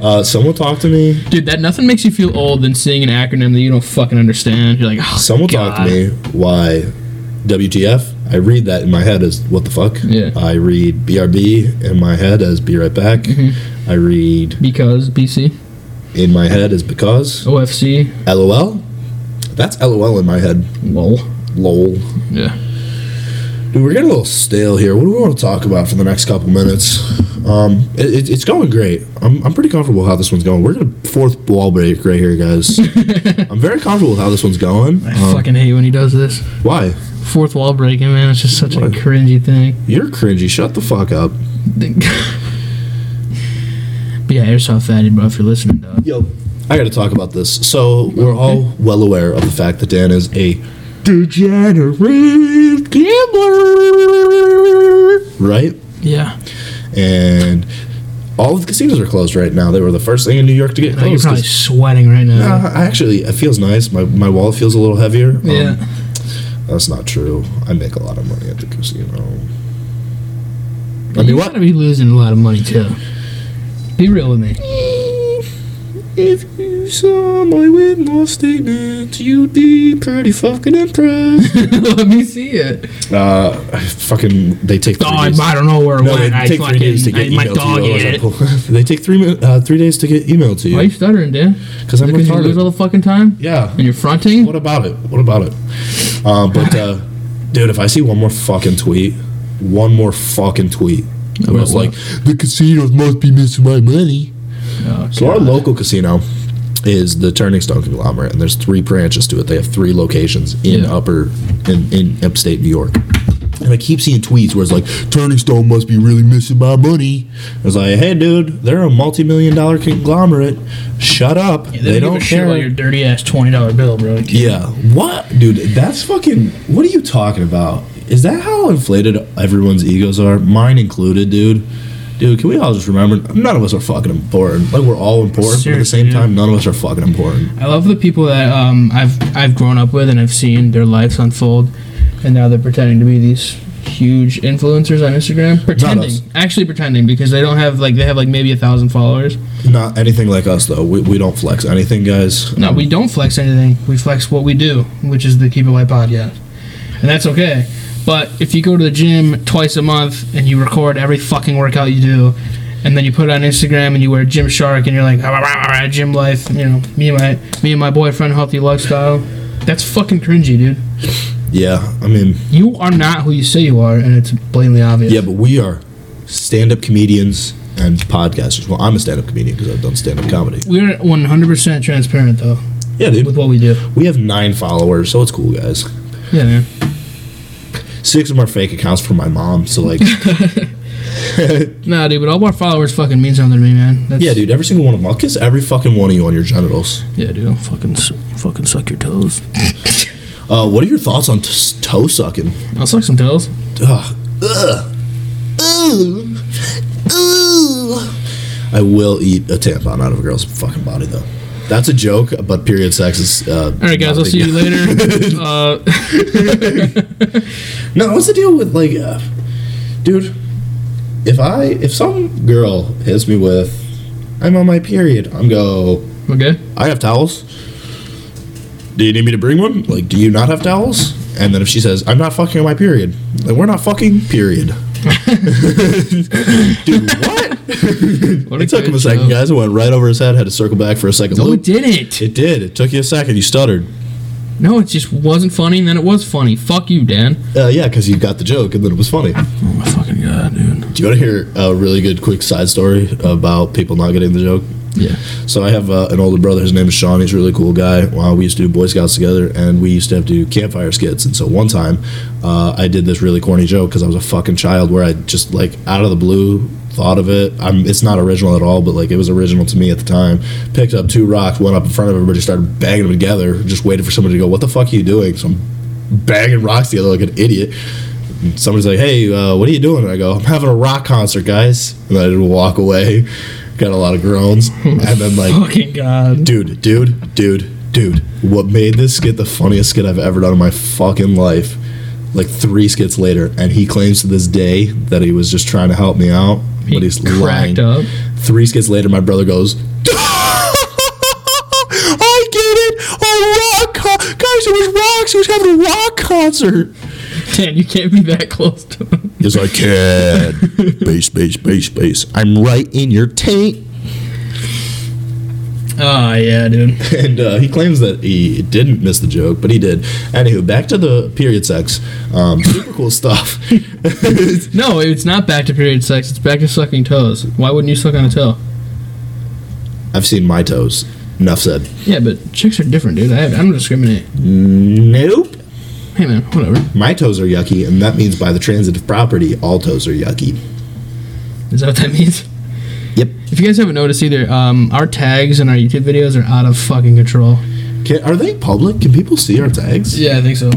Speaker 1: Uh, someone talk to me.
Speaker 2: dude. That nothing makes you feel old than seeing an acronym that you don't fucking understand. You're like, oh,
Speaker 1: Someone
Speaker 2: God.
Speaker 1: talk to me. Why WTF? I read that in my head as what the fuck.
Speaker 2: Yeah.
Speaker 1: I read BRB in my head as be right back.
Speaker 2: Mm-hmm.
Speaker 1: I read
Speaker 2: Because BC,
Speaker 1: in my head as because.
Speaker 2: OFC,
Speaker 1: LOL. That's LOL in my head.
Speaker 2: lol.
Speaker 1: LOL.
Speaker 2: Yeah.
Speaker 1: Dude, we're getting a little stale here. What do we want to talk about for the next couple minutes? Um, it, it- it's going great. I'm, I'm pretty comfortable how this one's going. We're gonna fourth wall break right here, guys. I'm very comfortable with how this one's going.
Speaker 2: I
Speaker 1: Um,
Speaker 2: fucking hate when he does this.
Speaker 1: why?
Speaker 2: Fourth wall breaking, man. It's just such a
Speaker 1: What?
Speaker 2: cringy thing.
Speaker 1: You're cringy. Shut the fuck up.
Speaker 2: But yeah, airsoft fatty, bro. If you're listening, dog.
Speaker 1: Yo, I got to talk about this. So we're all well aware of the fact that Dan is a degenerate gambler, right?
Speaker 2: Yeah,
Speaker 1: And all of the casinos are closed right now. They were the first thing in New York to get
Speaker 2: Now you're
Speaker 1: closed.
Speaker 2: probably
Speaker 1: 'cause-
Speaker 2: sweating right now. Um,
Speaker 1: Nah, I actually, it feels nice. My my wallet feels a little heavier. Um,
Speaker 2: yeah,
Speaker 1: that's not true. I make a lot of money at the casino. I
Speaker 2: I
Speaker 1: mean,
Speaker 2: mean, you
Speaker 1: what?
Speaker 2: gotta be losing a lot of money too. Be real with me.
Speaker 1: If you saw my witness statement, you'd be pretty fucking impressed.
Speaker 2: Let me see it.
Speaker 1: Uh, fucking, they take.
Speaker 2: Oh,
Speaker 1: three
Speaker 2: I,
Speaker 1: days.
Speaker 2: I don't know where it
Speaker 1: No,
Speaker 2: went.
Speaker 1: they
Speaker 2: I
Speaker 1: take three days to
Speaker 2: fucking,
Speaker 1: get
Speaker 2: I, my
Speaker 1: email to
Speaker 2: dog
Speaker 1: you. I was
Speaker 2: ate it.
Speaker 1: like, "Well," they take three min- uh, three days to get email to
Speaker 2: Why are you
Speaker 1: you
Speaker 2: stuttering, Dan?
Speaker 1: because I'm
Speaker 2: Because you lose all
Speaker 1: retarded.
Speaker 2: the fucking time
Speaker 1: Yeah.
Speaker 2: and you're fronting.
Speaker 1: What about it? What about it? Uh, but uh, dude, if I see one more fucking tweet, one more fucking tweet, I
Speaker 2: About
Speaker 1: was like,
Speaker 2: what?
Speaker 1: the casinos must be missing my money.
Speaker 2: Oh,
Speaker 1: So our
Speaker 2: God.
Speaker 1: local casino is the Turning Stone conglomerate, and there's three branches to it. They have three locations in
Speaker 2: Yeah.
Speaker 1: upper in, in upstate New York. And I keep seeing tweets where it's like, Turning Stone must be really missing my money. I was like, hey, dude, they're a multi million dollar conglomerate. Shut up. they,
Speaker 2: give
Speaker 1: don't
Speaker 2: a shit
Speaker 1: care.
Speaker 2: about your dirty ass twenty dollar bill, bro.
Speaker 1: yeah. What? Dude, that's fucking. What are you talking about? Is that how inflated everyone's egos are? Mine included, dude. Dude, can we all just remember? None of us are fucking important. Like, we're all important, but at the
Speaker 2: Seriously,
Speaker 1: same
Speaker 2: dude.
Speaker 1: time, none of us are fucking important.
Speaker 2: I love the people that um, I've I've grown up with and I've seen their lives unfold, and now they're pretending to be these huge influencers on Instagram. Pretending,
Speaker 1: us.
Speaker 2: actually pretending, because they don't have like they have like maybe a thousand followers.
Speaker 1: Not anything like us, though. We, we don't flex anything, guys. Um,
Speaker 2: No, we don't flex anything. We flex what we do, which is the Keep It Light podcast, and that's okay. But if you go to the gym twice a month and you record every fucking workout you do, and then you put it on Instagram and you wear Gym Shark and you're like, "Ah, rah, rah, rah, gym life, you know, me and my me and my boyfriend, healthy lifestyle. That's fucking cringy, dude.
Speaker 1: Yeah, I mean,
Speaker 2: You are not who you say you are, and it's blatantly obvious.
Speaker 1: yeah, but we are stand up comedians and podcasters. Well, I'm a stand up comedian because I've done stand up comedy.
Speaker 2: We're 100% transparent though
Speaker 1: Yeah, dude.
Speaker 2: with what we do.
Speaker 1: We have nine followers, so it's cool, guys.
Speaker 2: Yeah, man.
Speaker 1: Six of them are fake accounts from my mom, so like.
Speaker 2: Nah, dude, but all our followers fucking mean something to me, man. That's,
Speaker 1: Yeah, dude, every single one of them. I'll kiss every fucking one of you on your genitals.
Speaker 2: Yeah, dude. Fucking, s- fucking suck your toes.
Speaker 1: Uh, what are your thoughts on t- toe sucking?
Speaker 2: I'll suck some toes.
Speaker 1: Ugh. Ugh. Ooh. Ooh. I will eat a tampon out of a girl's fucking body, though. That's a joke, but period sex is. Uh,
Speaker 2: All right, guys. I'll see you later. Uh,
Speaker 1: No, what's the deal with like, uh, dude? If I if some girl hits me with, I'm on my period. I'm go.
Speaker 2: okay.
Speaker 1: I have towels. Do you need me to bring one? Like, do you not have towels? And then if she says, I'm not fucking on my period, then we're not fucking, period. Dude, what?
Speaker 2: What
Speaker 1: it took
Speaker 2: good
Speaker 1: him a second,
Speaker 2: joke.
Speaker 1: guys. It went right over his head, had to circle back for a second.
Speaker 2: No,
Speaker 1: loop.
Speaker 2: it didn't.
Speaker 1: It did. It took you a second. You stuttered.
Speaker 2: No, it just wasn't funny, and then it was funny. Fuck you, Dan.
Speaker 1: Uh, yeah, because you got the joke and then it was funny.
Speaker 2: Oh my fucking god, dude.
Speaker 1: Do you want to hear a really good quick side story about people not getting the joke?
Speaker 2: Yeah.
Speaker 1: So I have uh, an older brother. His name is Sean. He's a really cool guy. Wow, we used to do Boy Scouts together, and we used to have to do campfire skits. And so one time, uh, I did this really corny joke because I was a fucking child, where I just like out of the blue thought of it. I'm, it's not original at all, but like it was original to me at the time. Picked up two rocks, went up in front of everybody, started banging them together. Just waited for somebody to go, "What the fuck are you doing?" So I'm banging rocks together like an idiot. And somebody's like, "Hey, uh, what are you doing?" And I go, "I'm having a rock concert, guys." And I just walk away. Got a lot of groans, and then like
Speaker 2: Fucking god.
Speaker 1: dude, dude, dude, dude. What made this skit the funniest skit I've ever done in my fucking life? Like three skits later, and he claims to this day that he was just trying to help me out,
Speaker 2: He
Speaker 1: but he's lying.
Speaker 2: cracked up.
Speaker 1: Three skits later, my brother goes, "I get it, a rock con- guys. It was rocks. He was having a rock concert."
Speaker 2: Dan, you can't be that close to him.
Speaker 1: He's like, "Kid, base, base, base, base. I'm right in your tank."
Speaker 2: Oh yeah, dude.
Speaker 1: and uh, he claims that he didn't miss the joke, but he did. Anywho, back to the period sex. Um, super cool stuff.
Speaker 2: No, it's not back to period sex. It's back to sucking toes. Why wouldn't you suck on a toe?
Speaker 1: I've seen my toes. Enough said.
Speaker 2: Yeah, but chicks are different, dude. I, I don't discriminate.
Speaker 1: Nope.
Speaker 2: Hey, man, whatever.
Speaker 1: My toes are yucky, and that means by the transitive property, all toes are yucky.
Speaker 2: Is that what that means?
Speaker 1: Yep.
Speaker 2: If you guys haven't noticed either, um, our tags and our YouTube videos are out of fucking control.
Speaker 1: Can, are they public? Can people see our tags?
Speaker 2: Yeah, I think so.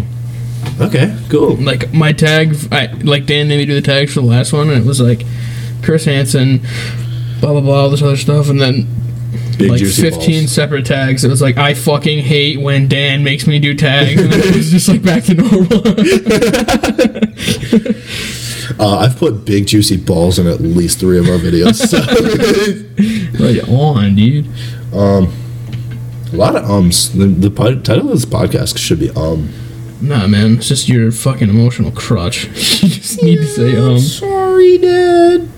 Speaker 1: Okay, cool.
Speaker 2: Like my tag, I like Dan made me do the tags for the last one, and it was like Chris Hansen, blah blah blah, all this other stuff, and then
Speaker 1: Big
Speaker 2: like
Speaker 1: juicy
Speaker 2: 15
Speaker 1: balls.
Speaker 2: separate tags. It was like I fucking hate when Dan makes me do tags, and then it was just like back to normal.
Speaker 1: Uh, I've put big juicy balls in at least three of our videos. So.
Speaker 2: right on, dude.
Speaker 1: A lot of ums. The, the pod, title of this podcast should be um.
Speaker 2: Nah, man, it's just your fucking emotional crutch. you just need to say
Speaker 1: I'm
Speaker 2: um.
Speaker 1: sorry, Dad.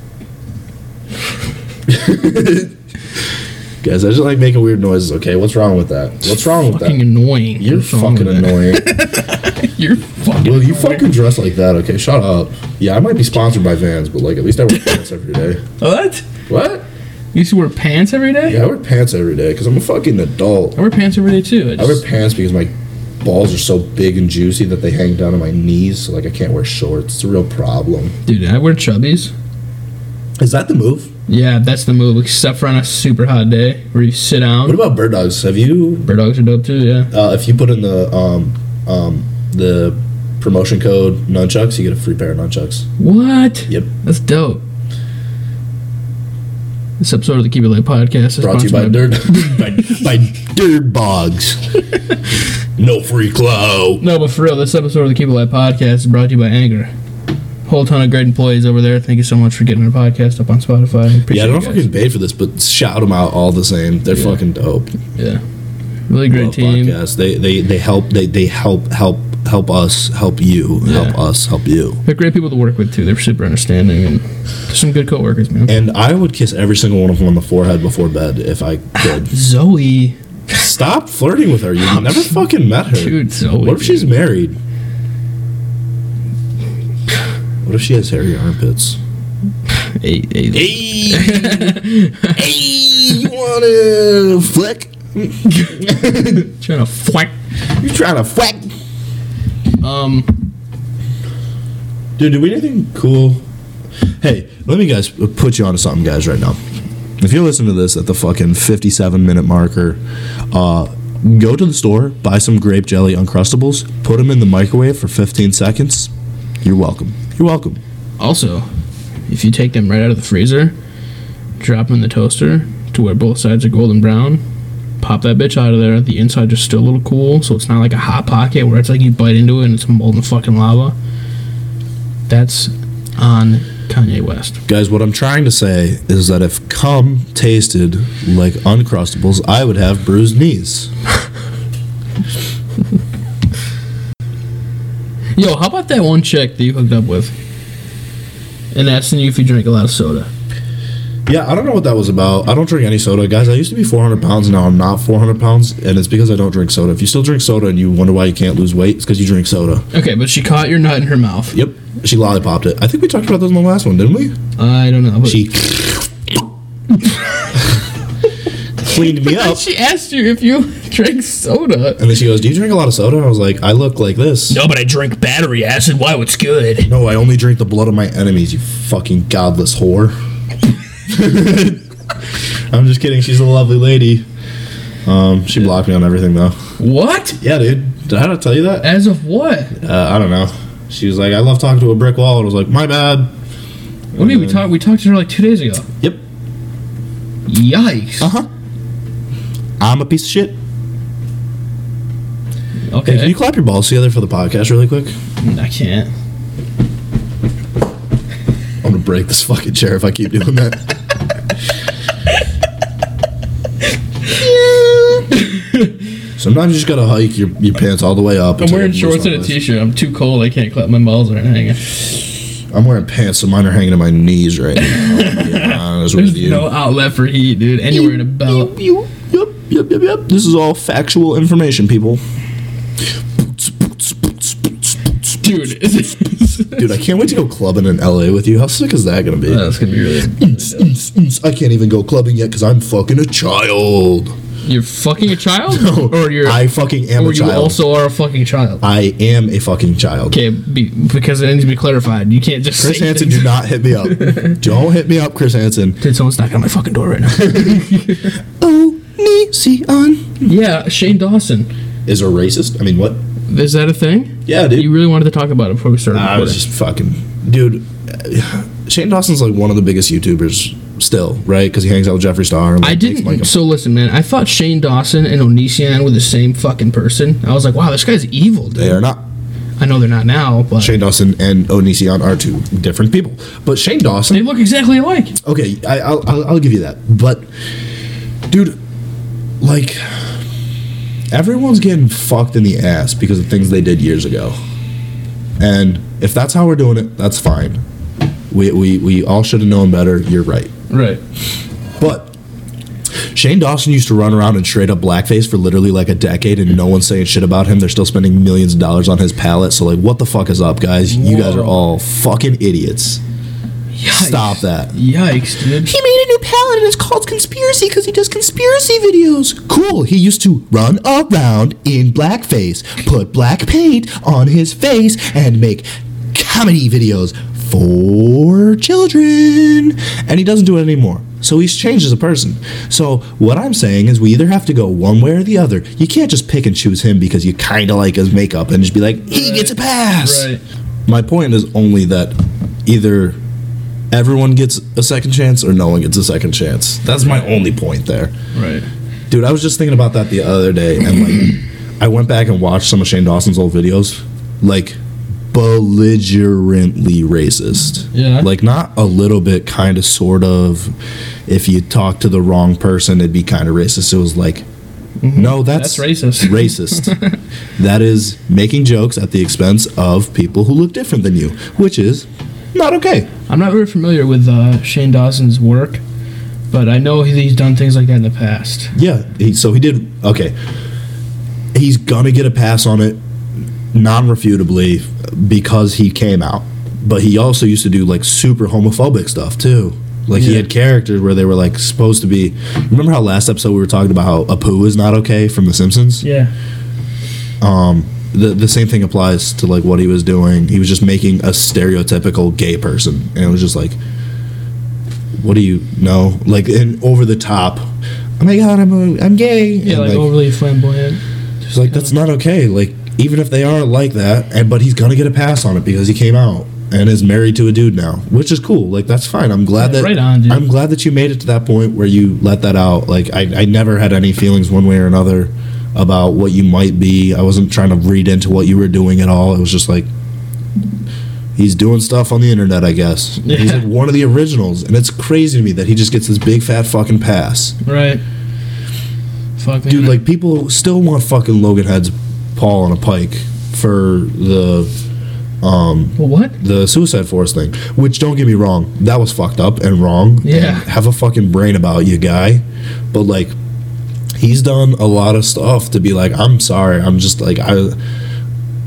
Speaker 1: Guys, I just like making weird noises. Okay, what's wrong with that? What's wrong with
Speaker 2: Fucking
Speaker 1: that?
Speaker 2: annoying.
Speaker 1: You're
Speaker 2: What's wrong
Speaker 1: fucking
Speaker 2: with that?
Speaker 1: annoying.
Speaker 2: You're fucking.
Speaker 1: Will you fucking dress like that? Okay, shut up. Yeah, I might be sponsored by Vans, but like at least I wear pants every day.
Speaker 2: What?
Speaker 1: What?
Speaker 2: You used to wear pants every day.
Speaker 1: Yeah, I wear pants every day because I'm a fucking adult.
Speaker 2: I wear pants every day too. I
Speaker 1: I wear
Speaker 2: just,
Speaker 1: pants because my balls are so big and juicy that they hang down to my knees, so like I can't wear shorts. It's a real problem.
Speaker 2: dude, I wear chubbies.
Speaker 1: Is that the move?
Speaker 2: Yeah, that's the move. Except for on a super hot day where you sit
Speaker 1: What
Speaker 2: down.
Speaker 1: about bird dogs? Have you,
Speaker 2: Bird dogs are dope too. Yeah.
Speaker 1: uh, if you put in the um, um, the promotion code nunchucks, you get a free pair of nunchucks.
Speaker 2: What?
Speaker 1: Yep.
Speaker 2: That's dope. This episode of the Keep It Light podcast is
Speaker 1: Brought to you by
Speaker 2: sponsored
Speaker 1: Dirt by, by Dirt Bogs. no free clout.
Speaker 2: No, but for real, this episode of the Keep It Light podcast is brought to you by Anchor. Whole ton of great employees over there. Thank you so much for getting our podcast up on Spotify. Appreciate
Speaker 1: Yeah, I
Speaker 2: you
Speaker 1: don't
Speaker 2: guys.
Speaker 1: fucking paid for this, but shout them out all the same. They're
Speaker 2: Yeah.
Speaker 1: fucking dope.
Speaker 2: Yeah. Really great
Speaker 1: Love
Speaker 2: team.
Speaker 1: podcasts. They they they help they they help help help us help you help us help you.
Speaker 2: They're great people to work with too. They're super understanding and they're some good coworkers, man.
Speaker 1: And I would kiss every single one of them on the forehead before bed if I could.
Speaker 2: Zoe,
Speaker 1: Stop flirting with her. You've never fucking met her.
Speaker 2: dude, Zoe.
Speaker 1: What if
Speaker 2: dude.
Speaker 1: she's married? What if she has hairy armpits?
Speaker 2: Hey, hey,
Speaker 1: Hey, hey, you wanna flick?
Speaker 2: trying to flack.
Speaker 1: You trying to flick?
Speaker 2: Um,
Speaker 1: Dude, did we do anything cool? Hey, let me guys uh, put you onto something, guys, right now. If you're listening to this at the fucking 57 minute marker, uh, go to the store, buy some grape jelly uncrustables, put them in the microwave for 15 seconds. You're welcome. You're welcome.
Speaker 2: also, if you take them right out of the freezer, drop them in the toaster to where both sides are golden brown. Pop that bitch out of there. The inside's just still a little cool, so it's not like a hot pocket where it's like you bite into it and it's molten fucking lava. That's on Kanye West.
Speaker 1: Guys, what I'm trying to say is that if cum tasted like Uncrustables, I would have bruised knees.
Speaker 2: Yo, how about that one chick that you hooked up with? And asking you if you drink a lot of soda.
Speaker 1: Yeah, I don't know what that was about. I don't drink any soda. Guys, I used to be 400 pounds. Now I'm not 400 pounds, and it's because I don't drink soda. If you still drink soda and you wonder why you can't lose weight, it's because you drink soda.
Speaker 2: Okay, but she caught your nut in her mouth.
Speaker 1: Yep. She lollipopped it. I think we talked about this in the last one, didn't we?
Speaker 2: I don't know. But
Speaker 1: She cleaned me up.
Speaker 2: She asked you if you drank soda.
Speaker 1: And then she goes, Do you drink a lot of soda? And I was like, I look like this.
Speaker 2: No, but I drink battery acid. Why? What's good?
Speaker 1: No, I only drink the blood of my enemies, you fucking godless whore. I'm just kidding. She's a lovely lady. Um, she blocked me on everything, though.
Speaker 2: What?
Speaker 1: Yeah, dude. Did I not tell you that?
Speaker 2: As of what?
Speaker 1: Uh, I don't know. She was like, I love talking to a brick wall. And I was like, my bad.
Speaker 2: What do you mean? We talked. We talked to her like two days ago.
Speaker 1: Yep.
Speaker 2: Yikes.
Speaker 1: huh. I'm a piece of shit. Hey,
Speaker 2: Okay.
Speaker 1: can you clap your balls together for the podcast really quick?
Speaker 2: I can't.
Speaker 1: I'm gonna break this fucking chair if I keep doing that. Sometimes you just gotta hike your, your pants all the way up.
Speaker 2: I'm
Speaker 1: until
Speaker 2: wearing
Speaker 1: your
Speaker 2: shorts and
Speaker 1: knees
Speaker 2: a
Speaker 1: aren't
Speaker 2: t-shirt. I'm too cold. I can't clap my balls right hanging.
Speaker 1: loose. I'm wearing pants, so mine are hanging to my knees right now. I'm being honest with
Speaker 2: There's
Speaker 1: you.
Speaker 2: no outlet for heat, dude. And you're wearing a belt.
Speaker 1: Yep, yep, yep, yep, yep. This is all factual information, people.
Speaker 2: Dude, is it?
Speaker 1: Dude, I can't wait to go clubbing in LA with you. How sick is that gonna be?
Speaker 2: Uh, That's gonna be really.
Speaker 1: I can't even go clubbing yet because I'm fucking a child.
Speaker 2: You're fucking a child,
Speaker 1: No,
Speaker 2: or you're
Speaker 1: I fucking am a
Speaker 2: or you
Speaker 1: child.
Speaker 2: also are a fucking child.
Speaker 1: I am a fucking child.
Speaker 2: Okay, be, because it needs to be clarified. You can't just
Speaker 1: Chris
Speaker 2: say
Speaker 1: Hansen,
Speaker 2: things-
Speaker 1: do not hit me up. Don't hit me up, Chris Hansen.
Speaker 2: Dude, someone's knocking on my fucking door right now.
Speaker 1: Oh, Neon
Speaker 2: yeah, Shane Dawson.
Speaker 1: is a racist. I mean, what?
Speaker 2: Is that a thing?
Speaker 1: Yeah, dude.
Speaker 2: You really wanted to talk about it before we started.
Speaker 1: I was just
Speaker 2: recording.
Speaker 1: fucking dude. Shane Dawson's like one of the biggest YouTubers still, right? Because he hangs out with Jeffree Star. And, like,
Speaker 2: I
Speaker 1: makes
Speaker 2: didn't.
Speaker 1: Like a-
Speaker 2: so listen, man. I thought Shane Dawson and Onision were the same fucking person. I was like, wow, this guy's evil, dude.
Speaker 1: they are not.
Speaker 2: I know they're not now, but
Speaker 1: Shane Dawson and Onision are two different people. But Shane Dawson,
Speaker 2: they look exactly alike.
Speaker 1: okay, I, I'll, I'll I'll give you that. But dude, like everyone's getting fucked in the ass because of things they did years ago. And if that's how we're doing it, that's fine. We we, we all should have known better. You're right.
Speaker 2: Right.
Speaker 1: But Shane Dawson used to run around in straight up blackface for literally like a decade, and no one's saying shit about him. They're still spending millions of dollars on his palette. So like, what the fuck is up, guys? You guys are all fucking idiots. Stop that.
Speaker 2: Yikes, dude.
Speaker 1: He made a new palette and it's called Conspiracy because he does conspiracy videos. Cool. He used to run around in blackface, put black paint on his face, and make comedy videos for children. And he doesn't do it anymore. So he's changed as a person. So what I'm saying is we either have to go one way or the other. You can't just pick and choose him because you kind of like his makeup and just be like, he gets a pass.
Speaker 2: Right.
Speaker 1: My point is only that either everyone gets a second chance or no one gets a second chance. That's my only point there.
Speaker 2: Right.
Speaker 1: Dude, I was just thinking about that the other day and like I went back and watched some of Shane Dawson's old videos. Like belligerently racist.
Speaker 2: Yeah.
Speaker 1: Like not a little bit kind of sort of if you talk to the wrong person it'd be kind of racist. It was like no, that's,
Speaker 2: Mm-hmm. That's racist.
Speaker 1: Racist. that is making jokes at the expense of people who look different than you, which is not okay.
Speaker 2: I'm not very familiar with uh, Shane Dawson's work, but I know he's done things like that in the past.
Speaker 1: Yeah. He, so he did. Okay. He's gonna get a pass on it, non-refutably, because he came out. But he also used to do like super homophobic stuff too. Like he
Speaker 2: Yeah.
Speaker 1: had characters where they were like supposed to be. Remember how last episode we were talking about how Apu is not okay from The Simpsons?
Speaker 2: Yeah.
Speaker 1: the the same thing applies to like what he was doing. He was just making a stereotypical gay person, and it was just like, what do you know? Like and over the top. Oh my god, I'm a, I'm gay.
Speaker 2: Yeah,
Speaker 1: and,
Speaker 2: like,
Speaker 1: like,
Speaker 2: overly flamboyant.
Speaker 1: it's like that's not okay. Like even if they are like that, and but he's gonna get a pass on it because he came out and is married to a dude now, which is cool. Like that's fine. I'm glad
Speaker 2: Yeah,
Speaker 1: that
Speaker 2: right on, dude.
Speaker 1: I'm glad that you made it to that point where you let that out. Like I, I never had any feelings one way or another about what you might be. I wasn't trying to read into what you were doing at all. It was just like he's doing stuff on the internet, I guess. He's
Speaker 2: Yeah.
Speaker 1: like one of the originals, and it's crazy to me that he just gets this big fat fucking pass.
Speaker 2: Right. Fuck me.
Speaker 1: Dude, like people still want fucking Logan Head's Paul on a pike for the
Speaker 2: well, what?
Speaker 1: the Suicide Forest thing. Which don't get me wrong, that was fucked up and wrong.
Speaker 2: Yeah.
Speaker 1: And have a fucking brain about you, guy. But like, he's done a lot of stuff to be like, I'm sorry, I'm just like I.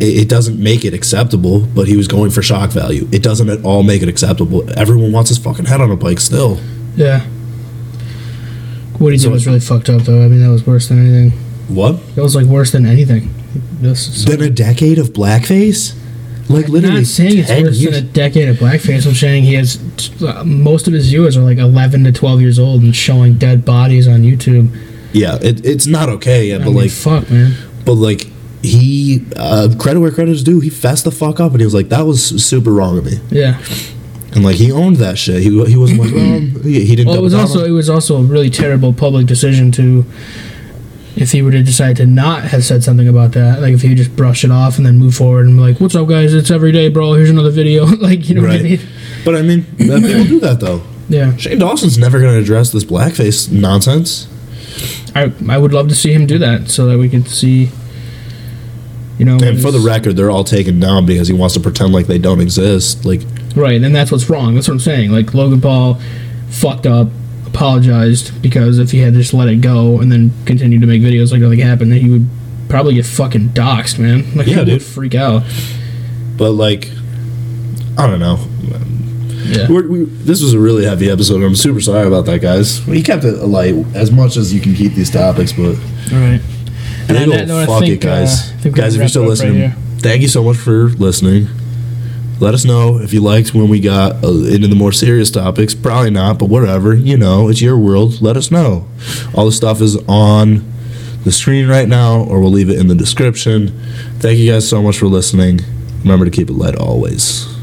Speaker 1: It it doesn't make it acceptable, but he was going for shock value. It doesn't at all make it acceptable. Everyone wants his fucking head on a pike still.
Speaker 2: Yeah. What he did was really fucked up, though. I mean, that was worse than anything.
Speaker 1: What?
Speaker 2: That was like worse than anything. This is-
Speaker 1: Then a decade of blackface? Like literally
Speaker 2: I'm not saying it's
Speaker 1: 10
Speaker 2: worse
Speaker 1: years.
Speaker 2: than a decade of blackface. I'm saying he has uh, most of his viewers are like 11 to 12 years old and showing dead bodies on YouTube.
Speaker 1: Yeah, it, it's not okay. Yeah,
Speaker 2: I
Speaker 1: but
Speaker 2: mean,
Speaker 1: like,
Speaker 2: fuck, man.
Speaker 1: but like, he uh, credit where credit is due. He fessed the fuck up, and he was like, "That was super wrong of me,"
Speaker 2: Yeah.
Speaker 1: and like he owned that shit. He he wasn't like, "Well, he, he didn't."
Speaker 2: Well, it
Speaker 1: double
Speaker 2: was
Speaker 1: down
Speaker 2: also
Speaker 1: on
Speaker 2: it was also a really terrible public decision to. If he were to decide to not have said something about that, like if he just brush it off and then move forward and be like, "What's up, guys? It's every day, bro. Here's another video." like you know what I
Speaker 1: Right.
Speaker 2: mean?
Speaker 1: But I mean, that people do that though.
Speaker 2: Yeah,
Speaker 1: Shane Dawson's never going to address this blackface nonsense.
Speaker 2: I I would love to see him do that so that we could see. You know,
Speaker 1: And for the
Speaker 2: his-
Speaker 1: record, they're all taken down because he wants to pretend like they don't exist. Like,
Speaker 2: Right, and that's what's wrong. That's what I'm saying. Like Logan Paul fucked up, apologized because if he had just let it go and then continued to make videos like nothing happened, then he would probably get fucking doxxed, man. Like
Speaker 1: Yeah,
Speaker 2: he
Speaker 1: dude.
Speaker 2: would freak out.
Speaker 1: but like, I don't know.
Speaker 2: Yeah.
Speaker 1: We're, we, this was a really heavy episode. I'm super sorry about that, guys. We kept it light as much as you can keep these topics, but
Speaker 2: All right.
Speaker 1: big
Speaker 2: on
Speaker 1: ol'
Speaker 2: that note, I
Speaker 1: fuck
Speaker 2: think,
Speaker 1: it, guys.
Speaker 2: uh, I think we
Speaker 1: guys, if
Speaker 2: can
Speaker 1: you're still
Speaker 2: wrap it up
Speaker 1: listening,
Speaker 2: right
Speaker 1: thank you so much for listening. Let us know if you liked when we got uh, into the more serious topics. Probably not, but whatever. You know, it's your world. Let us know. All the stuff is on the screen right now, or we'll leave it in the description. Thank you guys so much for listening. Remember to keep it light always.